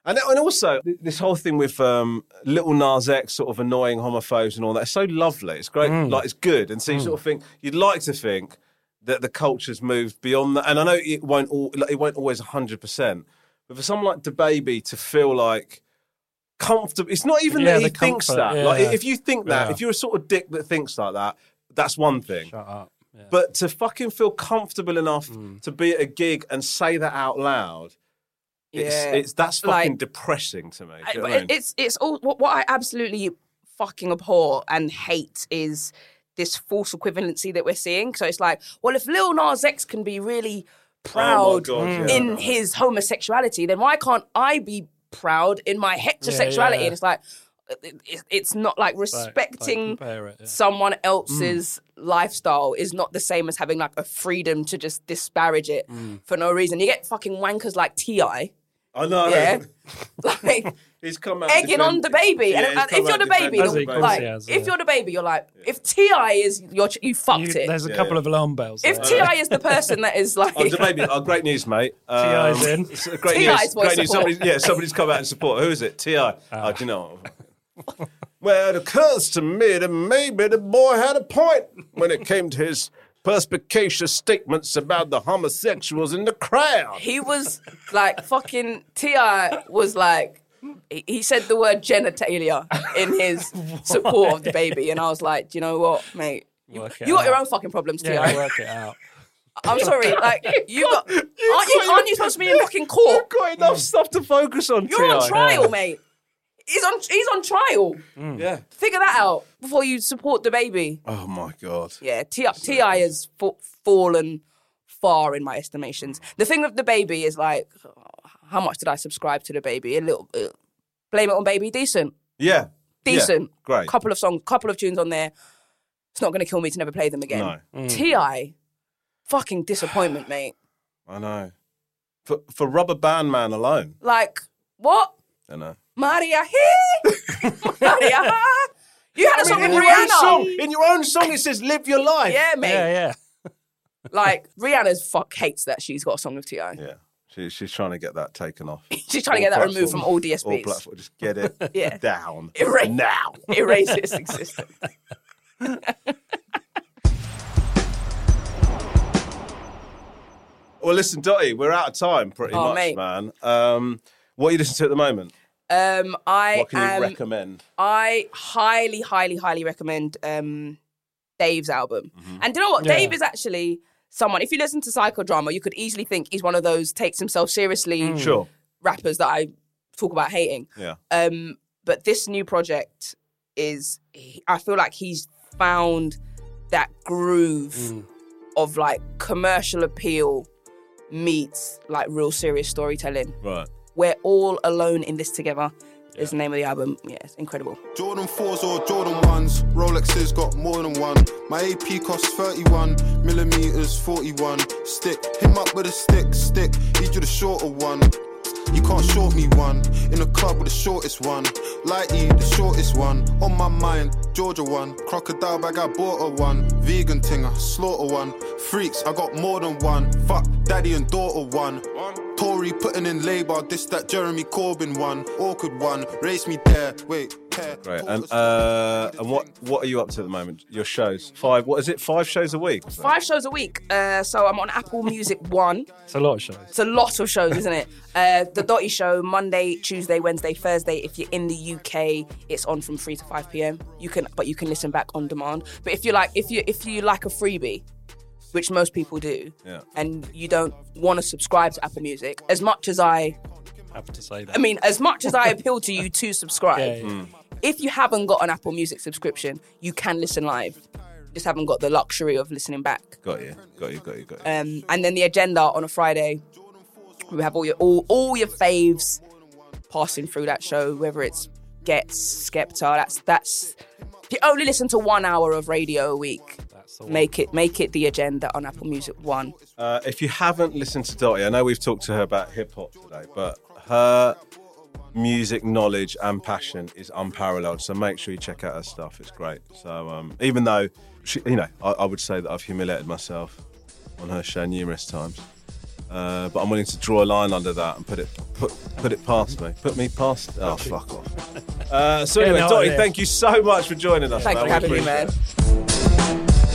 Speaker 2: And, and also, th- this whole thing with um, little Nas X sort of annoying homophobes and all that, it's so lovely. It's great.
Speaker 4: Mm.
Speaker 2: Like, it's good. And so you sort of think, you'd like to think that the culture's moved beyond that. And I know it won't, all, like, it won't always 100%. But for someone like baby to feel like comfortable, it's not even
Speaker 4: Yeah,
Speaker 2: that he
Speaker 4: the
Speaker 2: thinks
Speaker 4: comfort,
Speaker 2: that. Like,
Speaker 4: yeah.
Speaker 2: if you think that,
Speaker 4: Yeah.
Speaker 2: if you're a sort of dick that thinks like that, that's one thing.
Speaker 4: Shut up.
Speaker 2: But to fucking feel comfortable enough
Speaker 4: Mm.
Speaker 2: to be at a gig and say that out loud, it's,
Speaker 3: Yeah.
Speaker 2: it's that's
Speaker 3: Like-
Speaker 2: fucking depressing to me. Do
Speaker 3: I-
Speaker 2: you know
Speaker 3: but
Speaker 2: what I
Speaker 3: it-
Speaker 2: mean?
Speaker 3: it's it's all what, what I absolutely fucking abhor and hate is this false equivalency that we're seeing. So it's like, well, if Lil Nas X can be really proud
Speaker 2: Oh God, yeah.
Speaker 3: in his homosexuality, then why can't I be proud in my heterosexuality?
Speaker 4: yeah.
Speaker 3: And it's like. it- it- It's not like respecting
Speaker 4: compare it, yeah.
Speaker 3: someone
Speaker 2: Mm.
Speaker 3: else's lifestyle is not the same as having like a freedom to just disparage it
Speaker 2: Mm.
Speaker 3: for no reason. You get fucking wankers like Ti,
Speaker 2: I know.
Speaker 3: yeah, like
Speaker 2: He's come out
Speaker 3: egging on
Speaker 2: defend-
Speaker 3: the baby.
Speaker 2: Yeah, he's
Speaker 3: and and
Speaker 2: come
Speaker 3: if you're
Speaker 2: out
Speaker 3: the baby,
Speaker 2: defending
Speaker 4: As he
Speaker 3: the-
Speaker 4: calls
Speaker 3: like
Speaker 4: it as,
Speaker 3: if
Speaker 4: yeah.
Speaker 3: you're the baby, you're like if Ti is your ch- you fucked
Speaker 4: You-
Speaker 3: it.
Speaker 4: there's a couple of alarm bells.
Speaker 2: Uh,
Speaker 3: If
Speaker 4: there.
Speaker 3: Ti is the person that is like
Speaker 2: Oh, the baby, oh, great news, mate.
Speaker 4: T.I.'s
Speaker 2: Um,
Speaker 4: in.
Speaker 2: it's a Great
Speaker 3: T.I.'s
Speaker 2: news.
Speaker 3: voice
Speaker 2: Great news.
Speaker 3: support.
Speaker 2: Somebody's, yeah, somebody's come out and support. Who is it? Ti.
Speaker 4: Ah.
Speaker 2: Oh, do you know? well, it occurs to me that maybe the boy had a point when it came to his perspicacious statements about the homosexuals in the crowd.
Speaker 3: he was like fucking Ti was like he he said the word genitalia in his support of the baby, and I was like, do you know what, mate? You,
Speaker 4: Work it
Speaker 3: you got your
Speaker 4: out.
Speaker 3: own fucking problems, Ti.
Speaker 4: yeah, work it out.
Speaker 3: I'm sorry, like you got. aren't, you, aren't you supposed to be in fucking
Speaker 2: You've
Speaker 3: court?
Speaker 2: got enough stuff to focus on.
Speaker 3: You're on
Speaker 2: T.I..
Speaker 3: trial, mate. He's on. He's on trial.
Speaker 2: Yeah.
Speaker 3: Figure that out before you support the baby.
Speaker 2: Oh my god.
Speaker 3: Yeah, Ti Ti has fa- fallen far in my estimations. The thing with the baby is like, how much did I subscribe to the baby? A little. Uh, Blame it on baby, decent,
Speaker 2: Yeah.
Speaker 3: decent.
Speaker 2: Yeah. Great.
Speaker 3: Couple of songs, couple of tunes on there. It's not going to kill me to never play them again.
Speaker 2: No.
Speaker 3: Ti, fucking disappointment, mate.
Speaker 2: I know. For for Rubber Band Man alone.
Speaker 3: Like what?
Speaker 2: I know.
Speaker 3: Maria here, Maria ha. You had a song
Speaker 2: in
Speaker 3: with
Speaker 2: your own
Speaker 3: Rihanna.
Speaker 2: song, in your own song, it says "Live Your Life."
Speaker 3: Yeah, mate.
Speaker 4: Yeah, yeah.
Speaker 3: Like Rihanna's fuck hates that she's got a song with Ti.
Speaker 2: yeah. She, she's trying to get that taken off.
Speaker 3: She's trying to get that removed from all DSPs.
Speaker 2: All platforms. Just get it
Speaker 3: Yeah.
Speaker 2: down
Speaker 3: Erase-
Speaker 2: now.
Speaker 3: Erase its existence.
Speaker 2: Well, listen, Dottie, we're out of time pretty
Speaker 3: Oh,
Speaker 2: much,
Speaker 3: mate.
Speaker 2: man. Um, what are you listening to at the moment?
Speaker 3: Um, I
Speaker 2: What can you
Speaker 3: am-
Speaker 2: recommend?
Speaker 3: I highly, highly, highly recommend um, Dave's album.
Speaker 2: Mm-hmm.
Speaker 3: And do you know what? Dave is actually someone. If you listen to psychodrama, you could easily think he's one of those takes himself seriously
Speaker 2: Mm. Sure.
Speaker 3: rappers that I talk about hating.
Speaker 2: Yeah.
Speaker 3: Um, but this new project is, he- I feel like he's found that groove of like commercial appeal meets like real serious storytelling.
Speaker 2: Right.
Speaker 3: We're all alone in this together. Is the name of the album? Yeah, it's incredible.
Speaker 8: Jordan 4s or Jordan 1s, Rolexes got more than one. My AP costs 31, millimeters 41. Stick, him up with a stick, stick, he drew the shorter one. You can't short me one, in a club with the shortest one. Lighty, the shortest one, Oh, on my mind, Georgia one. Crocodile bag, I bought a one. Vegan ting, I slaughter one. Freaks, I got more than one. Fuck, daddy and daughter one. Tory putting in Labour, this that Jeremy Corbyn one. Awkward one, race me there, wait. care.
Speaker 2: Right. And uh, and what what are you up to at the moment? Your shows? Five? What is it? Five shows a week?
Speaker 3: Five shows a week. Uh, so I'm on Apple Music One.
Speaker 4: It's a lot of shows.
Speaker 3: It's a lot of shows, isn't it? Uh, the Dotty Show, Monday, Tuesday, Wednesday, Thursday. If you're in the UK, it's on from three to five PM. You can, but you can listen back on demand. But if you like, if you if you like a freebie, which most people do,
Speaker 2: Yeah.
Speaker 3: and you don't want to subscribe to Apple Music, as much as I,
Speaker 4: Happy to say that.
Speaker 3: I mean, as much as I appeal to you to subscribe,
Speaker 4: yeah, yeah.
Speaker 3: if you haven't got an Apple Music subscription, you can listen live. Just haven't got the luxury of listening back.
Speaker 2: Got you. Got you. Got you. Got you.
Speaker 3: Um, and then the agenda on a Friday, we have all your all, all your faves passing through that show. Whether it's Gets Skepta, that's that's if you only listen to one hour of radio a week, make it make it the agenda on Apple Music One.
Speaker 2: Uh, if you haven't listened to Dottie, I know we've talked to her about hip hop today, but her music knowledge and passion is unparalleled. So make sure you check out her stuff. It's great. So um, even though, she, you know, I, I would say that I've humiliated myself on her show numerous times, uh, but I'm willing to draw a line under that and put it put put it past me. Put me past. Oh fuck off. Uh, so
Speaker 5: Get
Speaker 2: anyway,
Speaker 5: out of
Speaker 2: Dottie,
Speaker 5: there.
Speaker 2: thank you so much for joining us.
Speaker 5: Thanks
Speaker 2: man.
Speaker 5: for having
Speaker 2: We
Speaker 5: me, man.
Speaker 2: appreciate it.